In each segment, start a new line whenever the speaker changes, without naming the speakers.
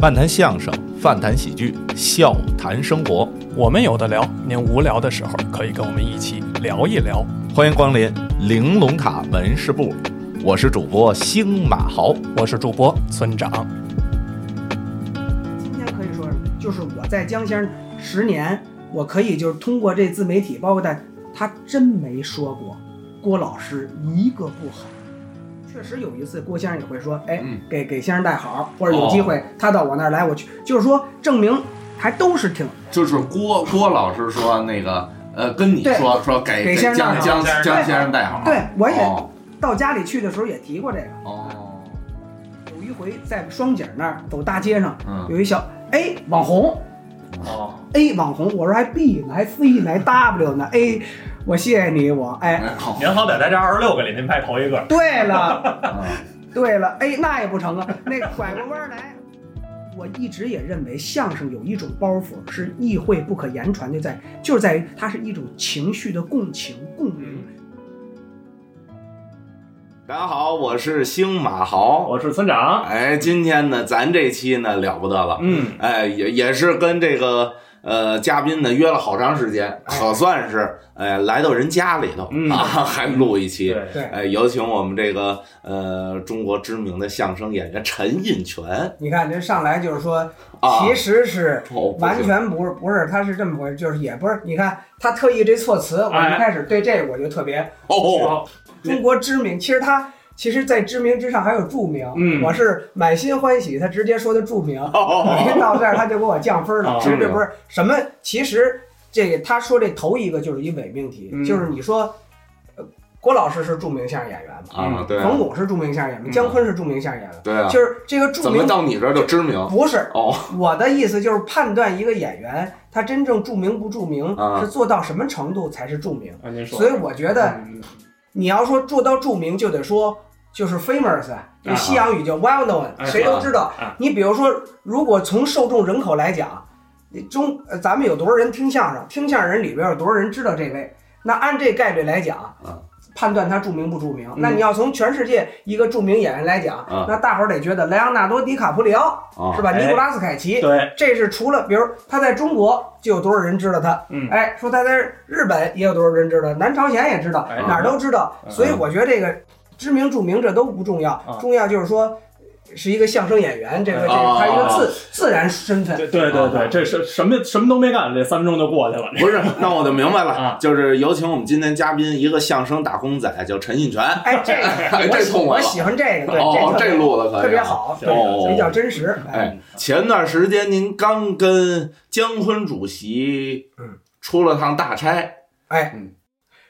漫谈相声，饭谈喜剧，笑谈生活。
我们有的聊，您无聊的时候可以跟我们一起聊一聊。
欢迎光临玲珑塔门市部，我是主播星马豪。
我是主播村长，
今天可以说什么？就是我在江先生十年，我可以就是通过这自媒体，包括在他真没说过郭老师一个不好。确实有一次郭先生也会说，哎，
嗯
给给先生带好，或者有机会他到我那儿来，我去，就是说证明还都是挺
就是郭郭老师说那个，呃，跟你
对
说说给
给
给
先
江
生带
江
好
江
对
先生带好。
对我也
哦
到家里去的时候也提过这个。
哦，
有一回在双井那儿走大街上，
嗯，
有一小 A 网红，
哦，
A 网红，我说还 B 呢，还 C 呢，还 W 呢，A，我谢谢你，我哎，
好，
您好歹在这二十六个里您排头一个，
对了，
嗯
对了，A 那也不成啊，那个拐过弯儿来。我一直也认为相声有一种包袱是意会不可言传的，在就是在于它是一种情绪的共情共鸣。
嗯
嗯
大家好，我是星马豪。
我是村长。
哎，今天呢，咱这期呢了不得了，
嗯，
哎，也也是跟这个呃嘉宾呢约了好长时间，可算是哎来到人家里头
嗯
啊， 还录一期。
对，
对，
哎，有请我们这个呃中国知名的相声演员陈印泉
你看这上来就是说，
啊，
其实是
哦不行
完全不是不是，他是这么回事，就是也不是。你看他特意这措辞，我一
哎
开始对这个我就特别
嗯
哦，
中国知名，其实他其实，在知名之上还有著名。
嗯
我是满心欢喜，他直接说的著名。
哦
一到这儿他就给我降分了，
哦
其实这不是什么，其实这个他说这头一个就是一伪命题，
嗯
就是你说，呃，郭老师是著名相声演员吧？
啊，对啊，
冯巩是著名相声演员，
嗯
姜昆是著名相声演员，
对啊，
就是这个著
怎么
名
到你这儿就知名？
不是
哦，
我的意思就是判断一个演员他真正著名不著名，
啊
是做到什么程度才是著名。
啊，您说。
所以我觉得
嗯
你要说做到著名，就得说就是 famous，用西洋语叫 well known，、
啊
谁都知道。
啊啊
你比如说，如果从受众人口来讲，你中呃咱们有多少人听相声？听相声人里边有多少人知道这位？那按这概率来讲，
啊
判断他著名不著名，
嗯
那你要从全世界一个著名演员来讲，
啊
那大伙儿得觉得莱昂纳多·迪卡普里奥、
啊
是吧？
哎
尼古拉斯·凯奇，
对，
这是除了比如他在中国就有多少人知道他，
嗯
哎，说他在日本也有多少人知道，南朝鲜也知道，
哎
哪儿都知道，
嗯
所以我觉得这个知名著名这都不重要
嗯，
重要就是说是一个相声演员，这个这
啊
个他
哎
一个
哦
自自然身份，
对对对对，这是什么什么都没干，这三分钟就过去了。
不是，那我就明白了
啊，
就是有请我们今天嘉宾一个相声打工仔，叫陈印泉。
哎，这个我
哎这
喜
痛快
我
了
喜欢这个，
哦，
对，
这
特别
录的可以啊
特别。好，
行
哦
对，比较真实，哎，
哎，前段时间您刚跟姜昆主席
嗯
出了趟大差
哎
嗯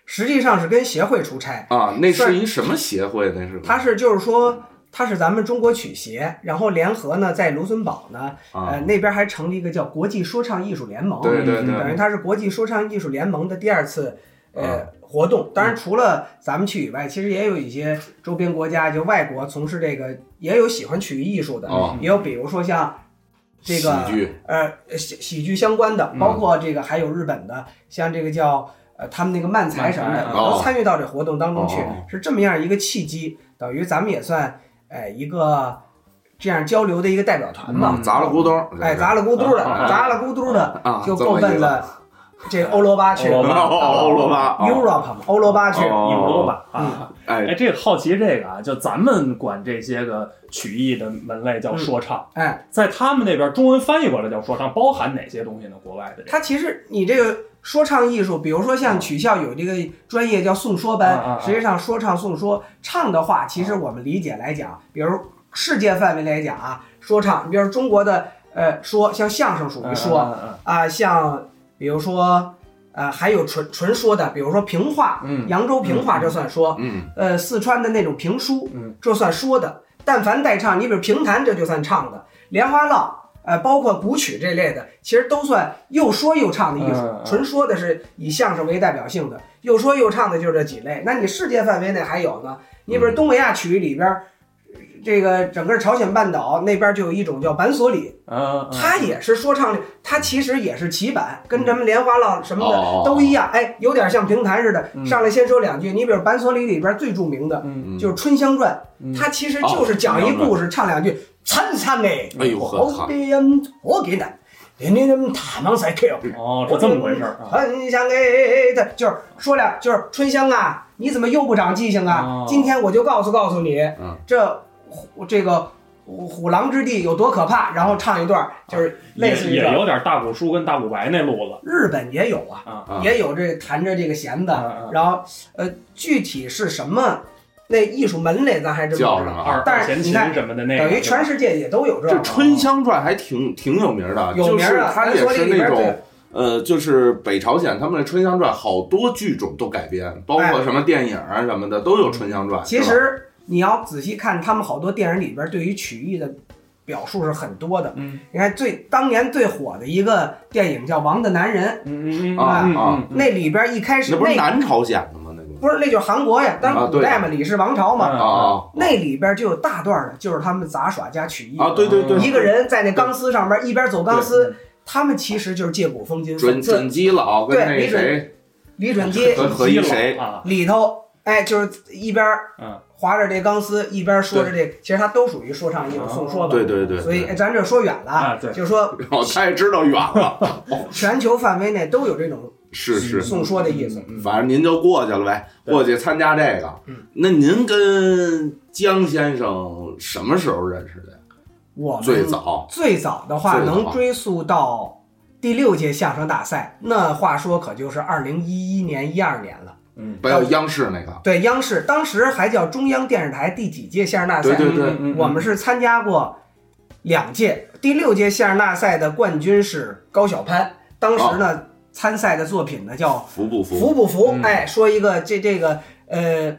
实际上是跟协会出差，
啊，那
是
是一什么协会？那是
他是就是说。他是咱们中国曲协，然后联合呢，在卢森堡呢，
啊
呃，，那边还成立一个叫国际说唱艺术联盟，
对对
嗯
等于
对，啊
它是国际说唱艺术联盟的第二次呃、活动。
嗯
当然，除了咱们去以外，其实也有一些周边国家，就外国从事这个，也有喜欢曲艺艺术的，
哦
也有比如说像这个
喜剧
呃喜喜剧相关的，
嗯
包括这个还有日本的，像这个叫呃他们那个漫才什么的，
漫才
哦
都参与到这活动当中去，
哦
是这么样一个契机，等于咱们也算哎、一个这样交流的一个代表团吧。
啊，砸了咕咚，
哎，砸
砸
了咕嘟的，
啊
砸了咕嘟的，
啊，
就
这
够
么一
奔
个
了这欧罗巴去
欧罗巴
哦欧罗巴哦
Europe 嘛，欧罗巴去。
哦
一五多吧啊！
哎
哎，这个好奇这个啊，就咱们管这些个曲艺的门类叫说唱，
哎，
在他们那边中文翻译过来叫说唱，包含哪些东西呢？国外的这个嗯
它其实你这个说唱艺术，比如说像曲校有这个专业叫颂
啊啊
说班
啊，
实际上说唱颂说唱的话，其实我们理解来讲，比如世界范围来讲啊，说唱，比如中国的呃说，像相声属于说
嗯嗯嗯
啊，像比如说呃还有纯纯说的，比如说评话，
嗯
扬州评话这算说，
嗯
呃，四川的那种评书，
嗯，
这算说的。但凡带唱，你比如评弹，这就算唱的；莲花落，呃，包括古曲这类的，其实都算又说又唱的艺术。
嗯嗯
纯说的是以相声为代表性的，又说又唱的就是这几类。那你世界范围内还有呢？你
嗯
比如东北亚曲里边儿，这个整个朝鲜半岛那边就有一种叫板索里，
嗯，嗯
它也是说唱，它其实也是棋板，跟咱们莲花落什么的
哦
都一样。哎，有点像评弹似的，
嗯
上来先说两句。你比如板索里里边最著名的
嗯
嗯
就是《春香传》
嗯，
它其实就是讲一故事，唱两句，参参哎，
哎呦
我
呵
好的人我给难，人家们大忙赛 Q。
哦，是这么回事儿啊。
春香哎，对，就是说俩，就是春香啊，你怎么又不长记性啊？
哦
今天我就告诉告诉你，
嗯
这虎这个虎虎狼之地有多可怕，然后唱一段儿，就是类
啊也
似于这
也
个
有点大古书跟大古白那路子
日本也有啊，
啊
啊
也有这弹着这个弦的，
啊啊
然后呃，具体是什么那艺术门类，咱还真不知道
叫什。么？
二
但
二
是
弦
你
琴
看
什么的那个，
等于全
是
世界也都有这
这《
种
春香传》还挺挺有名的，
有名
就
儿
是
啊
它
咱
也
说
是
这里边儿
那种
对
呃，就是北朝鲜他们的《春香传》，好多剧种都改编，包括什么电影啊什么的都有《春香传》。
哎其
啊是吧
实你要仔细看，他们好多电影里边对于曲艺的表述是很多的。
嗯，
你看最当年最火的一个电影叫《王的男人》，
嗯嗯嗯
啊
嗯
啊
嗯
那里边一开始
那不
那
是南朝鲜的吗？那个
不是那就是韩国呀，当
啊
然古
对
代嘛，李氏王朝嘛，
嗯
啊啊
那里边就有大段的，就是他们杂耍加曲艺，
啊！对对对，
一个人在那钢丝上面一边走钢丝
对，
他们其实就是借古讽今，
准
讽刺
准基老跟
对
那
李准
谁
李准 基
和和一谁
啊？
里头，哎，就是一边
嗯
划着这钢丝，一边说着这，其实他都属于说唱艺
哦
术送说吧。
对对对，
所以哎咱这说远了啊，
啊对
就说
哦，他也知道远了，
全球范围内都有这种
是是，嗯
送说的意思。嗯
反正您就过去了呗，
对
过去参加这个。那您跟江先生什么时候认识的呀？
我们
最早
最早的话
最早
能追溯到第六届相声大赛，那话说可就是二零一一年、一二年了。
不要央视那个，
对，央视当时还叫中央电视台第几届相声大赛？
对对
嗯嗯嗯
我们是参加过两届，第六届相声大赛的冠军是高晓攀，当时呢、
哦
参赛的作品呢叫
服不服？
服不服？
嗯
哎，说一个这这个呃，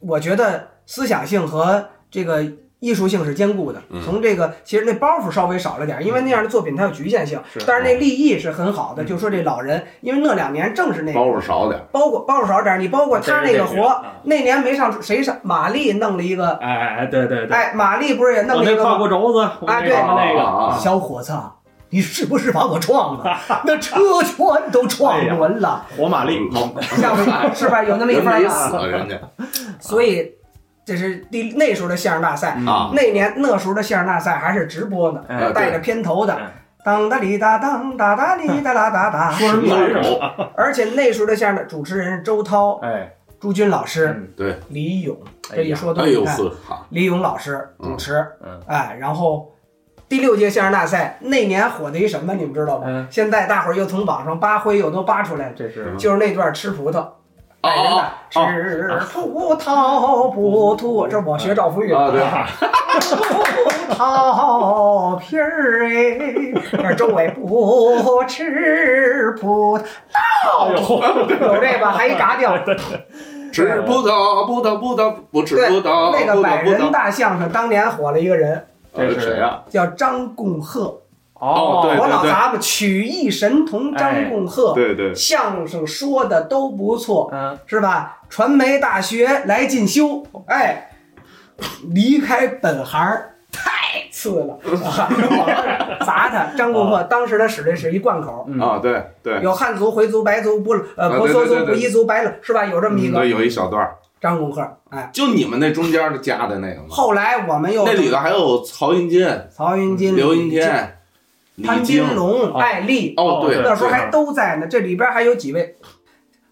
我觉得思想性和这个艺术性是兼顾的。从这个其实那包袱稍微少了点儿，因为那样的作品它有局限性。
是
但是那立意是很好的。就说这老人，因为那两年正是那
包袱少点儿，
包括包袱少点儿，你包括他那
对
个
对对
活
啊，
那年没上谁上马丽弄了一个，
哎哎哎，对对对，
哎，马丽不是也弄
我
了一
那
个
挎
吗
过轴子，我那
啊对
什么那个
啊啊啊
小伙子。你是不是把我撞了？那车圈都撞轮了，
活马力，
嗯
像是是吧？有那么一
人
番儿
没
吧
死人 家
所以这是第那时候的相声大赛。
嗯
啊，呃
那年那时候的相声大赛还是直播呢，
哎
带着片头的
嗯，
当当里哒当哒哒里哒啦哒哒。
说什么
都
玩意
有
儿？
而且那时候的相声主持人是周涛、
哎，
朱军老师、
对，
李咏，
嗯哎呀
这一说都
哎
你
呦
看，
呵，好，
李咏老师主持
嗯，
哎，然后。第六届相声大赛那年火的一什么，你们知道吗
嗯？
现在大伙儿又从网上扒灰又都扒出来了，
这是
就是那段吃葡萄，哎真的
啊
吃葡萄不吐，这我学赵福玉
啊，对，
哎
葡萄皮儿哎，这周围不吃葡萄，
哎呦，
有这个还一嘎 调。
吃葡萄，葡萄，葡萄，不吃
对，
葡萄，
那个
葡萄，
百
葡
人
萄。
大相声当年火了一个人，
呃谁呀？
叫张共和。
哦对
我老咱们曲艺神童张共和，
对对，
相声说的都不错，
哦
嗯，
是吧？传媒大学来进修，哎，离开本行儿太次了， 啊往那儿砸他。张共和当时他使的是一贯口，
嗯
啊，对对，
有汉族、回族、白族、布
啊
呃婆娑
对对
族、
对对嗯
布依族、白了，是吧？有这么一个
对，有一小段儿，
张公赫，哎，
就你们那中间的加的那个吗？
后来我们又
那里头还有曹云金、
曹云金、
刘云、天、李
潘
菁
金。龙、
啊
艾丽，
哦，对，
那时候还都在呢。这里边还有几位。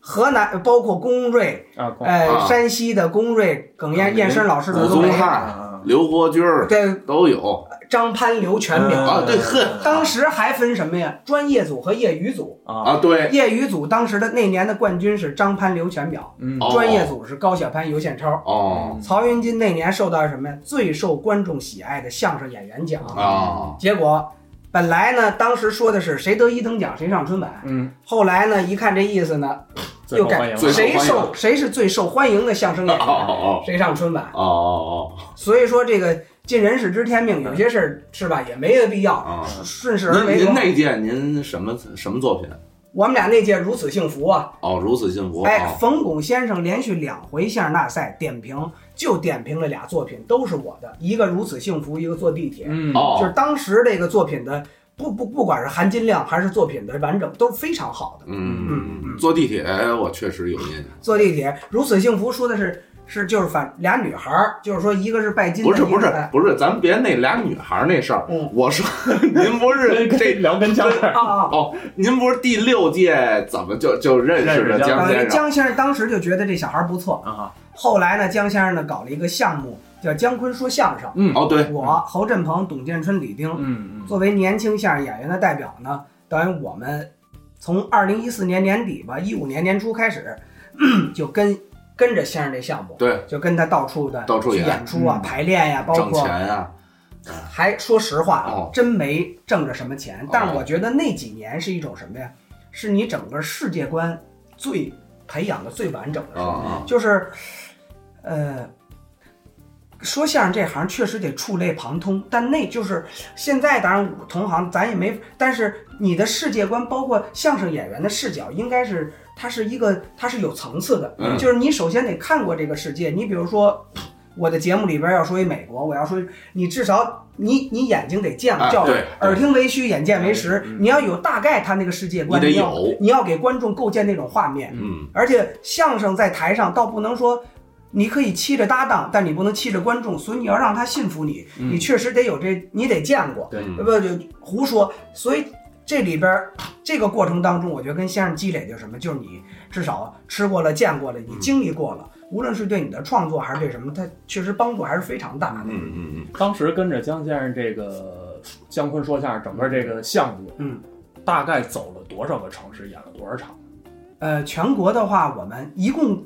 河南包括龚瑞，
啊，光
哎，
啊
山西的龚瑞、耿燕、燕山老师的都
武宗
没。
汉、刘国军儿
这
都有
张潘刘全淼，
啊，对，呵
当时还分什么呀？专业组和业余组。
啊，
啊，对，
业余组当时的那年的冠军是张潘刘全淼，
嗯
哦
专业组是高晓攀、尤宪超。
哦
曹云金那年受到什么呀？最受观众喜爱的相声演员奖。
啊，
结果本来呢，当时说的是谁得一等奖谁上春晚，
嗯，
后来呢，一看这意思呢，
最
又
后欢迎
改
了
最后
谁
欢迎
受谁是最受欢迎的相声演
哦
员，
哦
谁上春晚
哦。哦哦，
所以说这个尽人事知天命，有些事儿是吧也没有必要
啊
顺势而
您
为
您
之。
那届您什么什么作品？啊
我们俩那届如此幸福啊！
哦，如此幸福，
哎，
哦
冯巩先生连续两回相声大赛点评，就点评了俩作品，都是我的，一个如此幸福，一个坐地铁。
嗯，
就
哦，
是当时这个作品的不不不管是含金量还是作品的完整都是非常好的。
嗯
哎嗯，坐地铁我确实有印象，
坐地铁如此幸福说的是是就是反俩女孩儿，就是说一个是拜金的，
不是
一
不是
个 哎
不是，咱别那俩女孩儿那事儿
嗯。
我说您不是
跟
这
聊跟前儿，
啊啊，
哦，您不是第六届怎么就就认识
认
的
识江
江
等于
先
呃
生？
江先生当时就觉得这小孩不错
啊。
后来呢，江先生呢搞了一个项目叫姜昆说相声，
嗯
哦，对，
我侯振鹏、董建春、李丁
嗯嗯
作为年轻相声演员的代表呢，导演我们从二零一四年年底吧，一五年年初开始， 就跟跟着先生这项目，
对，
就跟他到处的
到处
去
演
演出啊、
嗯
排练呀、包
挣
括
钱啊呀，
还说实话啊，
哦
真没挣着什么钱。但是
哦
我觉得那几年是一种什么呀？是你整个世界观最培养的最完整的时
啊
候，
啊，
就是，呃。说相声这行确实得触类旁通，但那就是现在当然同行咱也没，但是你的世界观包括相声演员的视角，应该是它是一个它是有层次的，
嗯
就是你首先得看过这个世界。你比如说，我的节目里边要说一美国，我要说一你至少你你眼睛得见过，
哎
叫
对嗯
耳听为虚，眼见为实。你要有大概他那个世界观，
你得
你要
有
你要给观众构建那种画面。
嗯，
而且相声在台上倒不能说。你可以欺着搭档，但你不能欺着观众，所以你要让他信服你，
嗯
你确实得有这，你得见过，
对
不就胡说。所以这里边儿这个过程当中，我觉得跟先生积累就是什么，就是你至少吃过了、见过了，
嗯
你经历过了，无论是对你的创作还是对什么，它确实帮助还是非常大的。
嗯嗯嗯，
当时跟着江先生这个姜昆说相声整个这个项目，
嗯，
大概走了多少个城市，演了多少场？
呃，全国的话，我们一共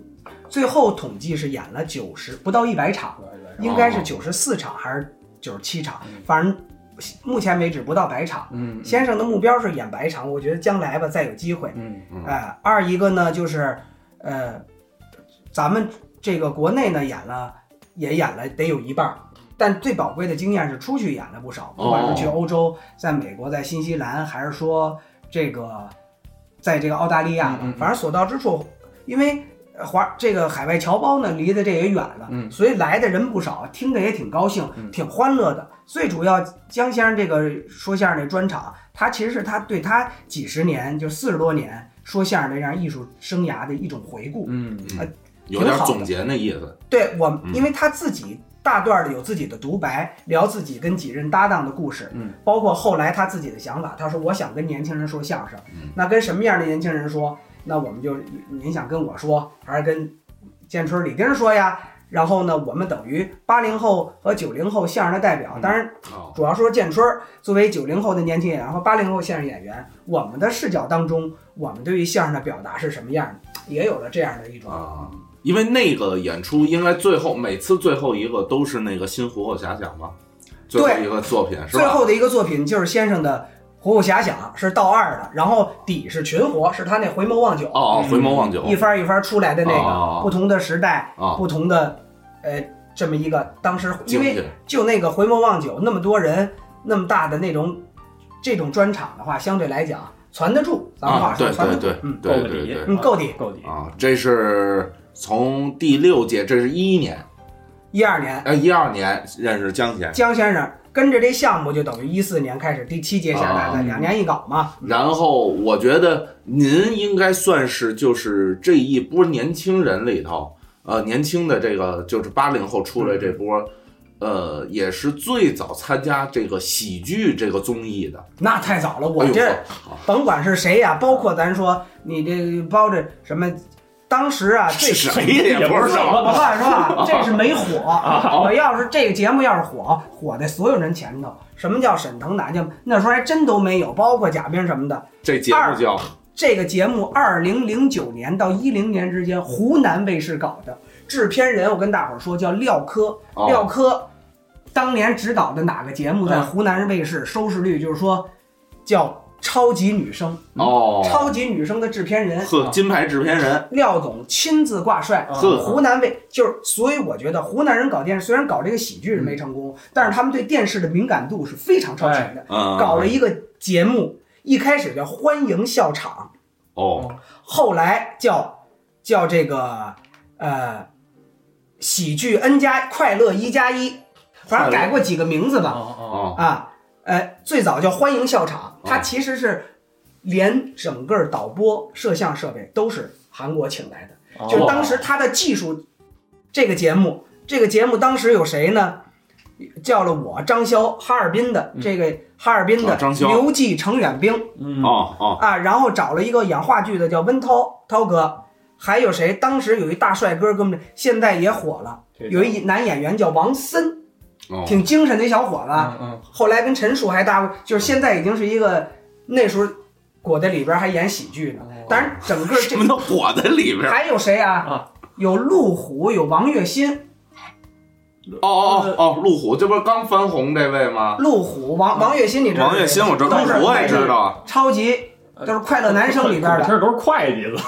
最后统计是演了九十不到一百
哦
场，应该是九十四场还是九十七场，反正目前为止不到百场。
嗯
先生的目标是演百场，我觉得将来吧再有机会。
嗯
嗯
哎，二一个呢就是，呃，咱们这个国内呢演了也演了得有一半儿，但最宝贵的经验是出去演了不少，不管是
哦
去欧洲、在美国、在新西兰，还是说这个在这个澳大利亚吧，
嗯嗯嗯
反正所到之处，因为。呃华这个海外侨胞呢，离得这也远了，
嗯
所以来的人不少，听着也挺高兴，
嗯
挺欢乐的。最主要，江先生这个说相声这专场，他其实是他对他几十年，就四十多年说相声的这样艺术生涯的一种回顾。
嗯
有点总结那意思，
对我
嗯，
因为他自己大段的有自己的独白，聊自己跟几任搭档的故事，
嗯，
包括后来他自己的想法。他说：“我想跟年轻人说相声，
嗯
那跟什么样的年轻人说？那我们就您想跟我说，还是跟建春、李丁说呀？”然后呢，我们等于八零后和九零后相声的代表，当然
哦，
主要说建春儿作为九零后的年轻演员和八零后相声演员，我们的视角当中，我们对于相声的表达是什么样的，也有了这样的一种
啊。因为那个演出应该最后每次最后一个都是那个新虎口遐想吗？最后一个作品是
最
吧？
后的一个作品就是先生的《虎口遐想》，是道二的，然后底是群活，是他那回眸望九，
哦哦，回眸望九
嗯一番一番出来的那个，
哦
不同的时代，
啊，
不同的，呃，这么一个当时因
精
为
品
就那个回眸望九那么多人那么大的那种这种专场的话，相对来讲传得住，咱们话
啊，
说
对
传得
对
住，
对
嗯
对
够
对
底
对
嗯，够底。
够底，
啊，这是从第六届，这是一一年，
一二年
呃，一二年认识江贤，
江先生跟着这项目就等于一四年开始第七届下来的，
啊
两年一搞嘛，嗯
然后我觉得您应该算是就是这一波年轻人里头，呃，年轻的这个就是八零后出来这波，
嗯
呃，也是最早参加这个喜剧这个综艺的。
那太早了，我
哎呦
这。啊
好
甭管是谁呀、包括咱说你这个包这什么，当时啊，这
是谁也不知
我
道。
告诉你说啊，这是没火。我要是这个节目要是火，火在所有人前头。什么叫沈腾南就那时候还真都没有，包括贾冰什么的。
这节目叫
这个节目二零零九年到一零年之间，湖南卫视搞的，制片人我跟大伙儿说叫廖科，
哦
廖科当年指导的哪个节目在
嗯
湖南卫视收视率就是说叫超级女声。
哦，
嗯超啊级女声的制片人
呵，金牌制片人，
廖总亲自挂帅。
啊
呵
湖南卫就是，所以我觉得湖南人搞电视，虽然搞这个喜剧是没成功，但是他们对电视的敏感度是非常超前的。
嗯，
搞了一个节目，一开始叫《欢迎笑场
哦，》，
后来叫叫这个呃喜剧 N 加快乐一加一，反正改过几个名字吧。
哦哦，
哦，
啊，呃，最早叫欢迎笑
啊
场，它其实是连整个哦
哦
导播、摄像设备都是韩国请来的，就是当时它的技术这个节目，这个节目当时有谁呢？叫了我张潇，哈尔滨的这个哈尔滨
嗯啊
的
张潇
刘记程远兵
嗯，
哦哦，
啊，然后找了一个演话剧的叫温涛涛哥，还有谁？当时有一大帅哥哥们，现在也火了，有一男演员叫王森，
哦
挺精神的一小伙子，
嗯嗯
后来跟陈数还搭过，就是现在已经是一个那时候裹在里边还演喜剧呢。当然，整个
什
这
么都火在里边儿。
还有谁啊
啊？
有陆虎，有王栎鑫，
哦哦哦哦，路虎，这不是刚翻红这位吗？
陆虎王王栎鑫，你知道吗？
王栎鑫，我知道，
都是
我也知道，
超级
呃
都是快乐男生里边的。
这都是会计了，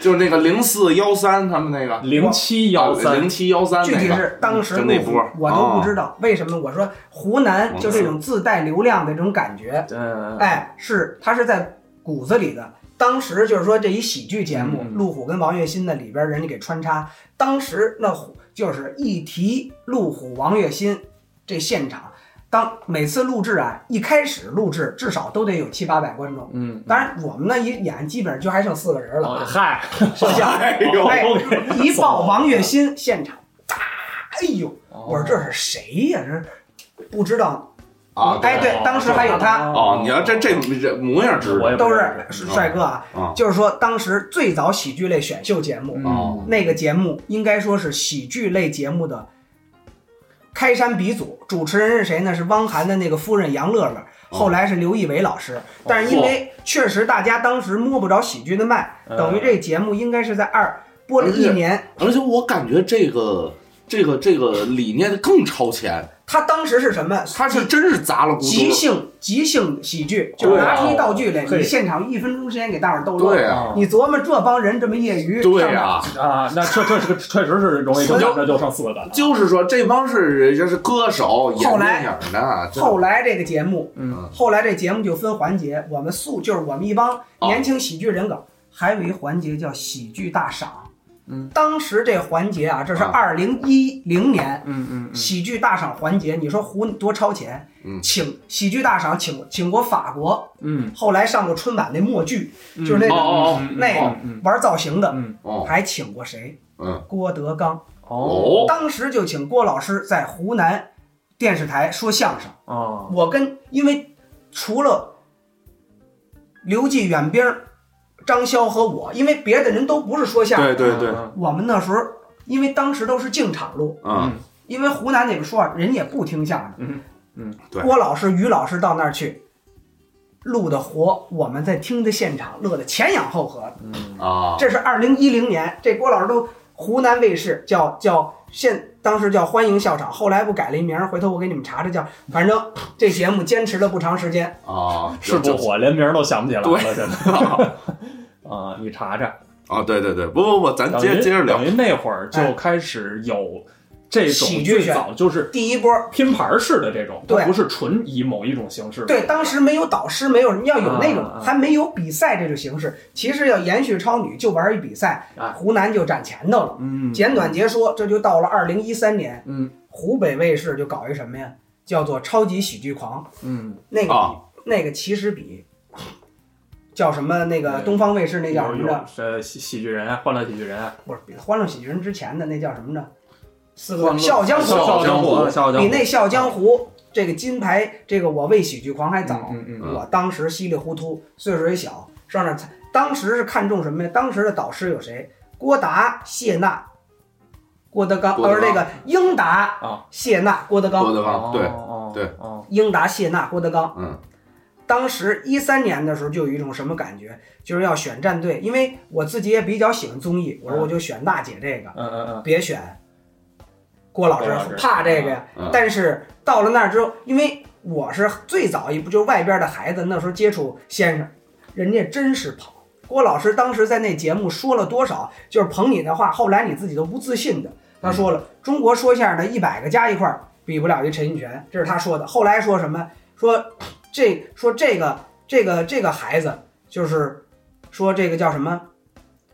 就是那个零四幺三他们那个呃
零七幺三
零，七幺 三
具体
那个，
是当时
就那
陆虎
波哦
我都不知道为什么。我说湖南就这种自带流量的这种感觉，
嗯，
哎，是他是在骨子里的。当时就是说这一喜剧节目，
嗯嗯
陆虎跟王栎鑫的里边人家给穿插。当时那虎就是一提陆虎、王栎鑫，这现场，当每次录制啊，一开始录制至少都得有七八百观众。
嗯，
当然，我们呢一演基本上就还剩四个人了
哦
啊，
嗨，哦
是不是？ 哎
呦
一报王栎鑫现场，啊，哎呦，我
我
说这是谁呀、这不知道。
啊，
哎，对，当时还有他，
哦，你要这这这模样知
我
道
也
都是帅哥啊，
啊
就是说当时最早喜剧类选秀节目，
哦
那个节目应该说是喜剧类节目的开山鼻祖，主持人是谁呢？是汪涵的那个夫人杨乐乐，
哦
后来是刘仪伟老师。但是因为确实大家当时摸不着喜剧的脉，
嗯
呃
等于这节目应该是在二播了一年，
而且我感觉这个这个这个理念更超前，
他当时是什么？
他是真是砸了咕
即
嘟，
兴即兴喜剧，就是拿出一道具来，
对啊
你现场一分钟时间给大伙儿逗乐。
对啊，
啊
你琢磨这帮人这么业余，
对
上哪
啊，
啊，那这这是个确实是容易
所以
两个就剩四个了，
就是说这帮是人家是歌手演
后来
电影的，
后来这个节目，
嗯，
后来这节目就分环节，我们素就是我们一帮
哦
年轻喜剧人梗，还有一环节叫喜剧大赏。
嗯，
当时这环节啊，这是
啊
二零一零年
嗯嗯
喜剧大赏环节，你说胡多超前？
嗯
请喜剧大赏请请过法国，
嗯，
后来上过春晚那默剧，
嗯
就是那种
哦哦
那个
嗯
玩造型的，
嗯
哦
还请过谁？
嗯
郭德纲，
哦
哦
当时就请郭老师在湖南电视台说相声。
哦，
我跟因为除了刘继远兵、张潇和我，因为别的人都不是说相
对
声，
对
嗯
对，
我们那时候因为当时都是净场录，
嗯
因为湖南那边说啊人也不听相声，
嗯嗯，
对
郭老师、于老师到那儿去。录的活，我们在听的现场乐得前仰后合。
啊，
这是二零一零年，这郭老师都湖南卫视叫叫现当时叫欢迎笑场，后来不改了一名儿，回头我给你们查查叫，反正这节目坚持了不长时间。
啊
是不火，连名儿都想不起来了，
对
现在啊，你查查，
啊，对对对，不不不，咱
等
接
于
接着聊
等，于那会儿就开始有这种
哎喜剧
最
选
早就是
第一波，
拼盘式的这种，
对
它不是纯以某一种形式。
对，当时没有导师，没有人要有那
啊
种
啊
还没有比赛这种形式。其实要延续超女，就玩一比赛
啊，
湖南就占前头了。
嗯，
简短截说，这就到了二零一三年，
嗯，
湖北卫视就搞一什么呀，叫做《超级喜剧狂》，
嗯，
那个、
啊
那个其实比叫什么那个
嗯
东方卫视那
有
叫什么着
有？呃喜喜剧人啊，欢乐喜剧人啊，
不是比《欢乐喜剧人》之前的那叫什么着？四个
欢
字笑
乐
傲江湖啊
笑，傲江湖
笑傲江湖，
比那《笑傲江湖》这个金牌这个我为喜剧狂还早。
嗯嗯嗯
我当时稀里糊涂，岁数也小，上那儿参当时是看中什么呀？当时的导师有谁？郭达、谢娜、郭德纲，
郭
不
德
是
纲
那个英达、
啊
谢娜、郭德
郭
纲，
德纲，啊对，
哦
对
哦
英达、谢娜、郭德纲。
嗯
当时一三年的时候，就有一种什么感觉，就是要选战队，因为我自己也比较喜欢综艺，我
嗯
说我就选娜姐这个，
嗯嗯嗯，
别选郭老师
郭老师，
怕这个呀。
嗯
但是到了那儿之后，因为我是最早一步，就是外边的孩子，那时候接触先生，人家真是跑。郭老师当时在那节目说了多少，就是捧你的话，后来你自己都不自信的。他说
嗯
了，中国说相声的一百个加一块儿比不了一陈印泉，这是他说的。后来说什么？说这说这个这个这个孩子，就是说这个叫什么？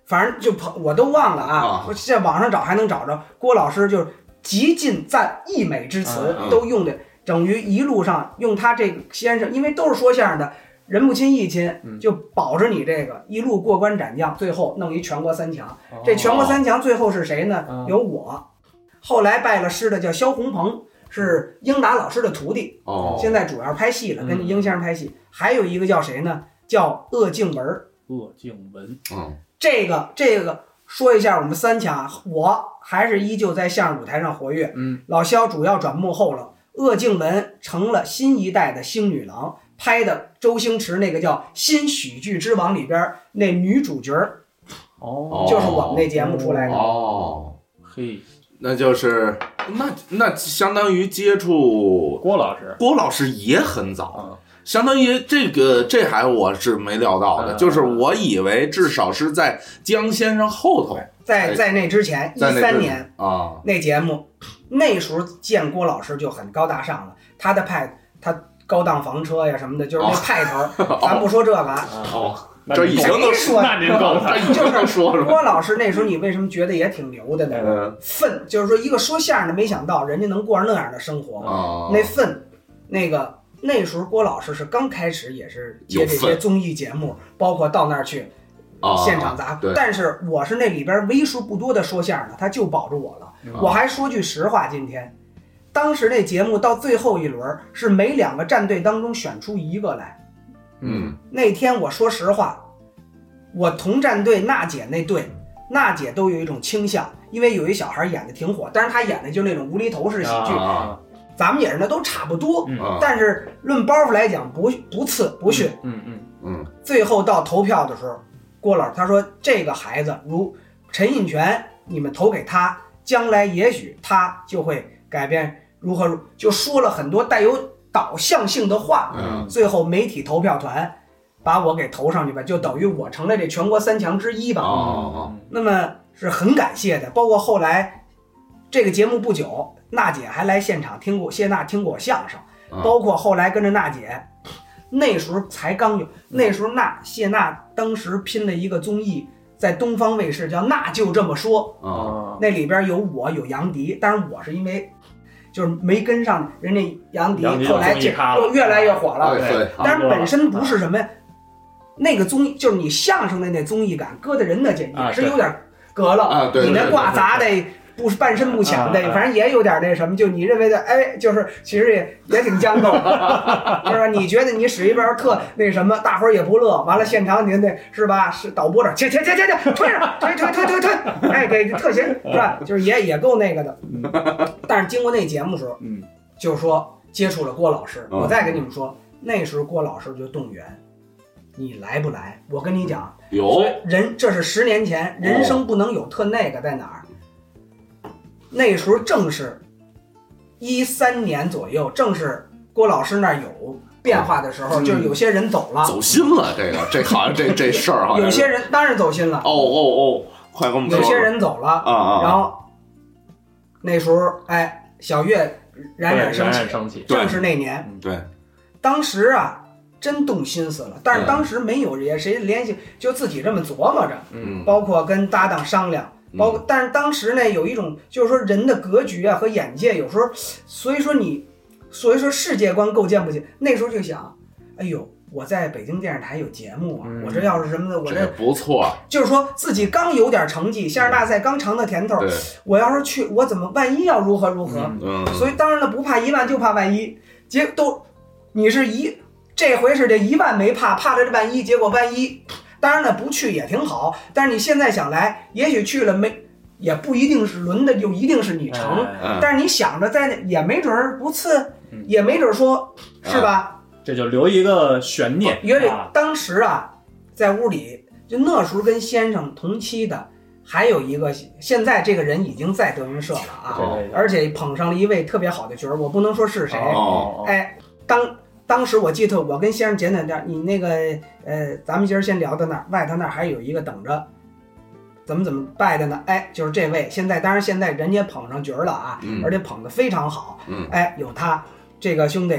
反正就捧我都忘了
啊
啊，我在网上找还能找着。郭老师就是极尽赞溢美之词
嗯，
嗯
都用的等于一路上用他这个先生，因为都是说相声的，人不亲义亲，
嗯
就保着你这个一路过关斩将，最后弄一全国三强。
哦
这全国三强最后是谁呢
嗯？
有我，后来拜了师的叫萧红鹏，是英达老师的徒弟，
哦，
现在主要拍戏了，
嗯
跟着英先生拍戏。还有一个叫谁呢？叫鄂靖文儿。
鄂靖文，
嗯
这个这个说一下我们三强，我还是依旧在相声舞台上活跃，
嗯，
老萧主要转幕后了。鄂靖文成了新一代的星女郎，拍的周星驰那个叫《新喜剧之王》里边儿那女主角儿，
哦，
就是我们那节目出来的。
哦，
嘿，
那就是那那相当于接触
郭老师
郭老师也很早，
啊，
相当于这个这还我是没料到的，
嗯
就是我以为至少是在江先生后头
在在那之前，一
在那
三
之
年
啊，
那节目，那时候见郭老师就很高大上了，他的派他高档房车呀什么的，就是那
哦
派头儿， 咱不说这个啊，
哦，
那
这
您
已经
够
能
没说
那您够了，
就这说了，
郭老师那时候，你为什么觉得也挺牛的呢？
嗯
愤，就是说一个说相声的，没想到人家能过上那样的生活，
啊，
嗯那愤，那个那时候郭老师是刚开始也是接这
有
些
愤
综艺节目，包括到那儿去
啊
现场砸
对。
但是我是那里边为数不多的说相声的，他就保住我了。
哦
啊
我还说句实话，今天当时那节目到最后一轮是每两个战队当中选出一个来。
嗯
那天我说实话，我同战队娜姐那队，娜姐都有一种倾向，因为有一小孩演的挺火，但是她演的就是那种无厘头式喜剧，
啊
咱们也是那都差不多。
嗯
啊
但是论包袱来讲，不不次不逊。
嗯嗯，
嗯
最后到投票的时候，郭老师他说：“这个孩子如陈印泉，你们投给他，将来也许他就会改变如何如，就说了很多带有导向性的话。
嗯
最后媒体投票团把我给投上去吧，就等于我成了这全国三强之一吧。
嗯
哦
那么是很感谢的。包括后来这个节目不久，娜姐还来现场听过谢娜听过我相声，
啊
嗯
包括后来跟着娜姐，那时候才刚
嗯
有，那时候娜谢娜当时拼了一个综艺。在东方卫视叫《那就这么说
嗯
哦》，
啊
那里边有我有杨迪，当然我是因为就是没跟上人家杨迪，
杨迪
后来
就综艺
这
咖了
又越来越火了
啊，。对，
但是本身不
啊
是什么，那个综艺就是你相声的那综艺感，搁在人那去
啊
也是有点隔了。
啊对对
你那
对
挂杂的不是半身不响的
啊啊，啊
反正也有点那什么，就你认为的，哎，就是其实也也 挺将就，是吧？你觉得你使一边特那什么，大伙儿也不乐，完了现场您那是吧？是导播这切切切切切，推上推推推推推，哎，给特写是吧？就是也也够那个的。
嗯
但是经过那节目的时候，
嗯，
就是说接触了郭老师，
嗯
我再跟你们说，那时候郭老师就动员，你来不来？我跟你讲，
有
人这是十年前，人生不能有特那个在哪儿？那时候正是一三年左右，正是郭老师那儿有变化的时候，
嗯
就是有些人走了，
走心了，这个这好像这这事儿好像
有些人当然走心了，
哦哦哦，快跟我们说，
有些人走了，
啊啊，
然后那时候哎，小岳冉冉升起，
升起，
对
正是那年。
对，
当时啊，真动心思了，但是
嗯
当时没有也谁联系，就自己这么琢磨着，
嗯
包括跟搭档商量，
嗯
包括，但是当时呢，有一种就是说人的格局啊和眼界，有时候，所以说你，所以说世界观构建不起，那时候就想，哎呦。我在北京电视台有节目啊，
嗯
我这要是什么的，我
这
这
不错，啊
就是说自己刚有点成绩，相声大赛刚尝到甜头，
对，
我要是去，我怎么万一要如何如何？
嗯
嗯，
所以当然了，不怕一万就怕万一，结都你是一这回是这一万没怕，怕了这万一，结果万一，当然了不去也挺好，但是你现在想来，也许去了没也不一定是轮的就一定是你成，
哎
嗯
但是你想着在那也没准儿不次
嗯，
也没准儿说是吧？
这就留一个悬念
因为
啊，
当时啊，在屋里就那时候跟先生同期的。还有一个，现在这个人已经在德云社了啊，
对
而且捧上了一位特别好的角儿，我不能说是谁，
哦哦，
哎，当当时我记得我跟先生简短点儿，你那个呃，咱们今儿先聊到那儿，外头那儿还有一个等着，怎么怎么拜的呢？哎，就是这位，现在当然现在人家捧上角儿了啊，
嗯
而且捧得非常好，
嗯
哎，有他这个兄弟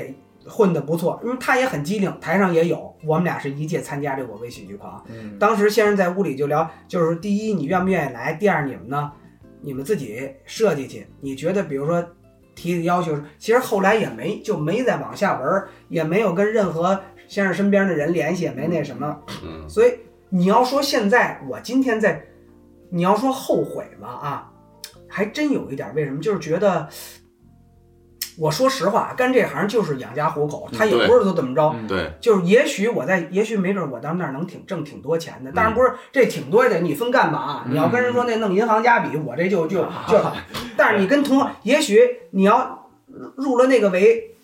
混得不错，因为他也很机灵，台上也有，我们俩是一届参加这《我为喜剧狂》，
嗯
当时先生在屋里就聊，就是第一你愿不愿意来，第二你们呢，你们自己设计去。你觉得比如说提的要求是，其实后来也没就没再往下文儿，也没有跟任何先生身边的人联系，也没那什么。
嗯
所以你要说现在我今天在，你要说后悔吗？啊，还真有一点，为什么？就是觉得，我说实话，干这行就是养家糊口，他也
对
不是说怎么着。
嗯
对，
就是也许我在，也许没准我到那儿能挺挣挺多钱的，当然不是这挺多的，你分干嘛？你要跟人说那弄银行家比，我这就就就，但是你跟同行，也许你要入了那个围，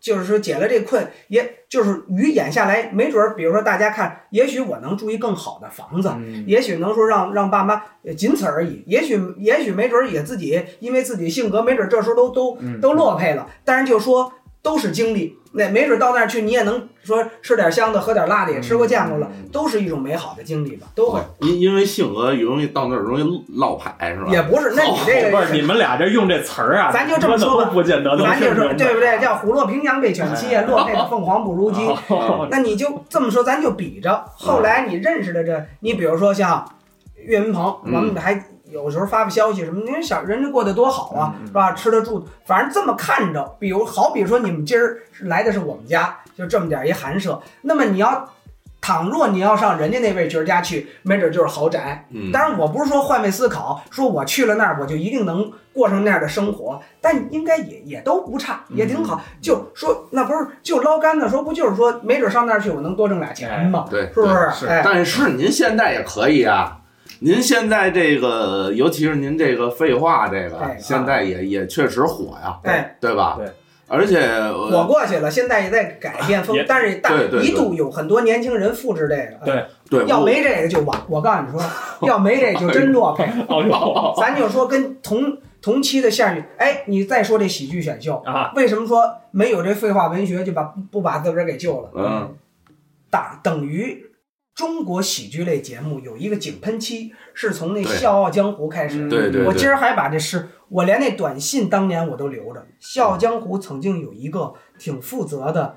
就是说解了这困，也就是鱼眼下来，没准儿，比如说大家看，也许我能住一更好的房子，
嗯
也许能说让让爸妈，呃仅此而已。也许也许没准儿也自己因为自己性格，没准儿这时候都都
嗯
都落配了。但是就说都是经历，那没准儿到那儿去你也能说吃点香的，喝点辣的，也吃过见过了，都是一种美好的经历吧，都会。
因因为性格容易到那儿容易落牌是吧？
也不是，那你这
哦不是你
个。
们俩这用这词儿啊，
咱就这么说吧
真的不见得能
咱
听
就
明白
是对不对？叫虎落平阳被犬欺，落配的凤凰不如鸡。
嗯
哦
那你就这么说，咱就比着。后来你认识的这，你比如说像岳云鹏，我
嗯
们还有时候发发消息什么，你看小人家过得多好啊，是吧？吃得住，反正这么看着。比如好比说你们今儿来的是我们家，就这么点儿一寒舍。那么你要，倘若你要上人家那位角儿家去，没准就是豪宅，
嗯，
当然，我不是说换位思考，说我去了那儿我就一定能过上那样的生活，但应该也也都不差，也挺好。
嗯
就说那不是就捞干的，说不就是说，没准上那儿去我能多挣俩钱吗？
对，
是不
对？
是？
是
哎，
但是您现在也可以啊。您现在这个，尤其是您这个废话，这
哎啊
个现在也也确实火呀，
对
对吧？
对，
而且
哎我过去了，现在也在改变风
也，
但是大
对对对
一度有很多年轻人复制这个。
对
对
要
我
没这个就完，我告诉 你说，要没这就真落魄。
哦
咱就说跟同同期的相声，哎，你再说这喜剧选秀，
啊，
为什么说没有这废话文学就把不把自个儿给救了？
嗯
大等于中国喜剧类节目有一个井喷期，是从那《
对
笑傲江湖》开始。
嗯
对对
我
对
今儿还把这诗，我连那短信当年我都留着。《笑傲江湖》曾经有一个挺负责的，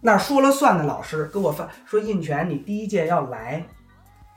那儿说了算的老师给我发说：“印泉，你第一届要来，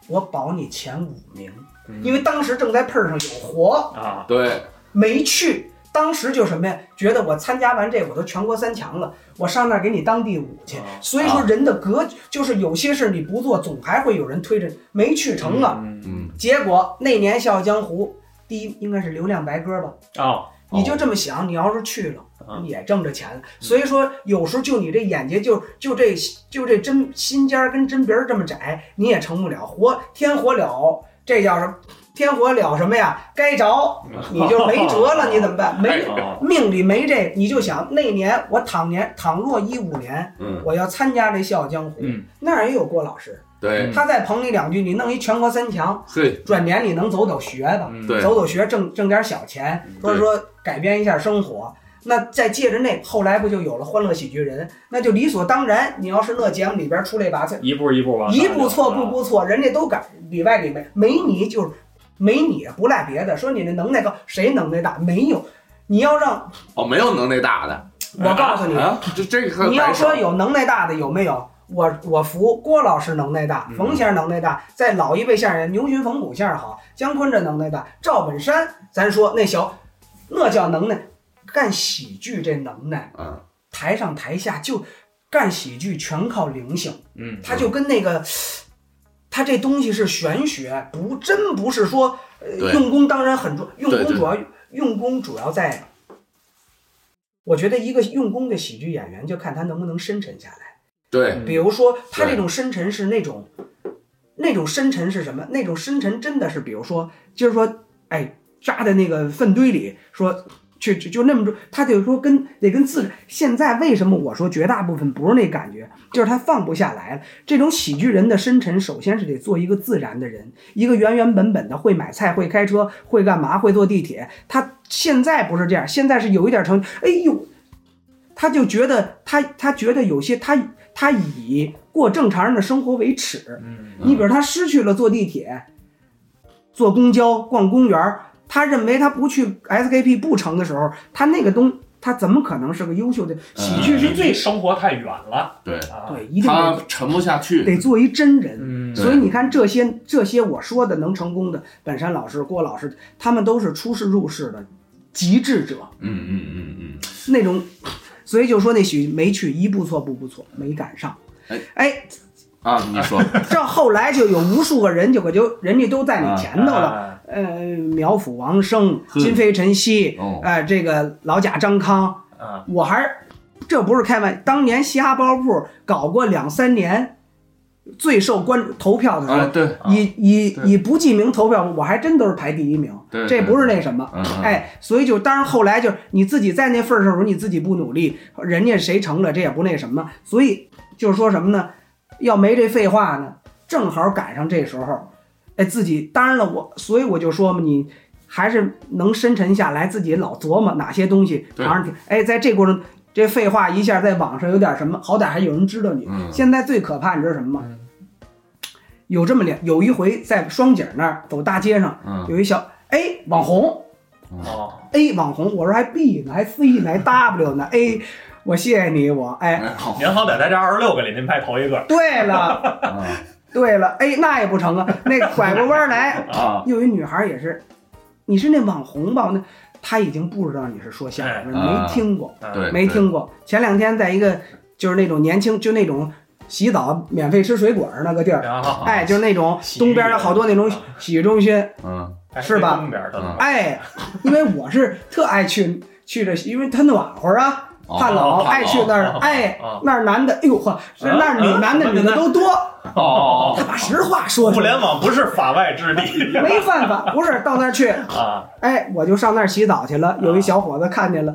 我保你前五名。”
嗯
因为当时正在碰上有活，
啊，
对
没去。当时就什么呀？觉得我参加完这，我都全国三强了，我上那儿给你当第五去
啊。
所以说人的格局就是有些事你不做，总还会有人推着你，没去成啊。
嗯
结果那年《笑傲江湖》第一应该是流量白鸽吧？
哦，
哦嗯
你就这么想，你要是去了
啊，
也挣着钱了。所以说有时候就你这眼界，就就这就这针心尖儿跟针鼻儿这么窄，你也成不了活天活了，这叫什么？天活了什么呀？该着 你就没辙了，你怎么办？没
哦
命里没这，你就想那年我倘年倘若一五年
嗯，
我要参加这《笑傲江湖》，
嗯
那儿也有郭老师，
对，
他再捧你两句，你弄一全国三强，
嘿，
转年你能走走学吧？
嗯
对
走走学挣挣点小钱，说说改变一下生活。那再借着那，后来不就有了《欢乐喜剧人》？那就理所当然，你要是乐节目里边出类拔萃，
一步一步往上
一步错
走
步步错，人家都敢里外里没没你就是没你不赖别的，说你那能耐高，谁能耐大？没有，你要让
哦，没有能耐大的
我告诉你，
啊，这这个
嗯你要
白
说
手
有能耐大的有没有？我我服郭老师能耐大，冯先生能耐大，在老一辈相声人牛群、冯巩相声好，姜昆这能耐大，赵本山，咱说那小，那叫能耐，干喜剧这能耐，
嗯，
台上台下就干喜剧全靠灵性，
嗯，
他就跟那个，他这东西是玄学，不真不是说、呃、
对
用功当然很重，用
对
功
对
主要用功主要在，我觉得一个用功的喜剧演员就看他能不能深沉下来。
对
比如说他
对
这种深沉是那种，那种深沉是什么？那种深沉真的是，比如说今儿说，哎，扎在那个粪堆里说。去就就那么着，他得说跟得跟自现在为什么我说绝大部分不是那感觉，就是他放不下来了。这种喜剧人的深沉，首先是得做一个自然的人，一个原原本本的会买菜、会开车、会干嘛、会坐地铁。他现在不是这样，现在是有一点成，哎呦，他就觉得他他觉得有些他他以过正常人的生活为耻。
嗯
你比如他失去了坐地铁、坐公交、逛公园儿，他认为他不去 SKP 不成的时候，他那个东他怎么可能是个优秀的喜剧？是最
离生活太远了，
对，
嗯啊
对，一定得
他沉不下去，
得做一真人。
嗯
所以你看这些这些我说的能成功的，本山老师、郭老师，他们都是出世入世的极致者，
嗯嗯嗯嗯，
那种，所以就说那许没去一步错步步错，没赶上
哎。
哎，
啊，你说，
这后来就有无数个人就可就人家都在你前头了，
啊
呃，苗阜、王声、
呵
金飞、陈曦，
哦
呃，这个老贾、张康，
啊，
我还是这不是开玩笑，当年嘻哈包铺搞过两三年最受关投票的时候，
啊，对，
啊
以以
对
以不记名投票，我还真都是排第一名，
对
这不是那什么。
嗯，嗯，
哎，所以就当然后来就是你自己在那份儿上的时候，你自己不努力，人家谁成了这也不那什么，所以就是说什么呢？要没这废话呢，正好赶上这时候，哎，自己当然了我， 所以我就说嘛，你还是能深沉下来，自己老琢磨哪些东西
对
尝尝去。哎，在这过程，这废话一下在网上有点什么，好歹还有人知道你。
嗯
现在最可怕，你知道什么吗？有这么两，有一回在双井那儿走大街上，
嗯，
有一小哎网红，
哦，
A 网红，我说还 B 呢，还 C 呢，还 W 呢，A，我谢谢你，我哎，
哎好，
您好歹在这二十六个里您排头一个，
对了
啊
对了，A 那也不成啊，那拐过弯儿来，
啊，
又有一女孩儿也是，你是那网红吧？那她已经不知道你是说相声的，
哎
没听过，
嗯
对
没听过。前两天在一个就是那种年轻，就那种洗澡免费吃水果儿那个地儿，
然后
哎，就是那种
啊洗浴
东边儿有好多那种
啊
洗浴中心，
嗯
是吧
东边的
嗯
哎，因为我是特爱去去这，因为它暖和啊，
哦
怕冷，
哦
爱去那儿
哦。
哎
哦，
那儿男的，哎呦呵，是
啊
那儿女
啊
男的
啊
女的都多。
哦，
他把实话说出
互
来
联，网不是法外之地
没办法，不是到那儿去。
啊，
哎，我就上那儿洗澡去了。有一小伙子看见了，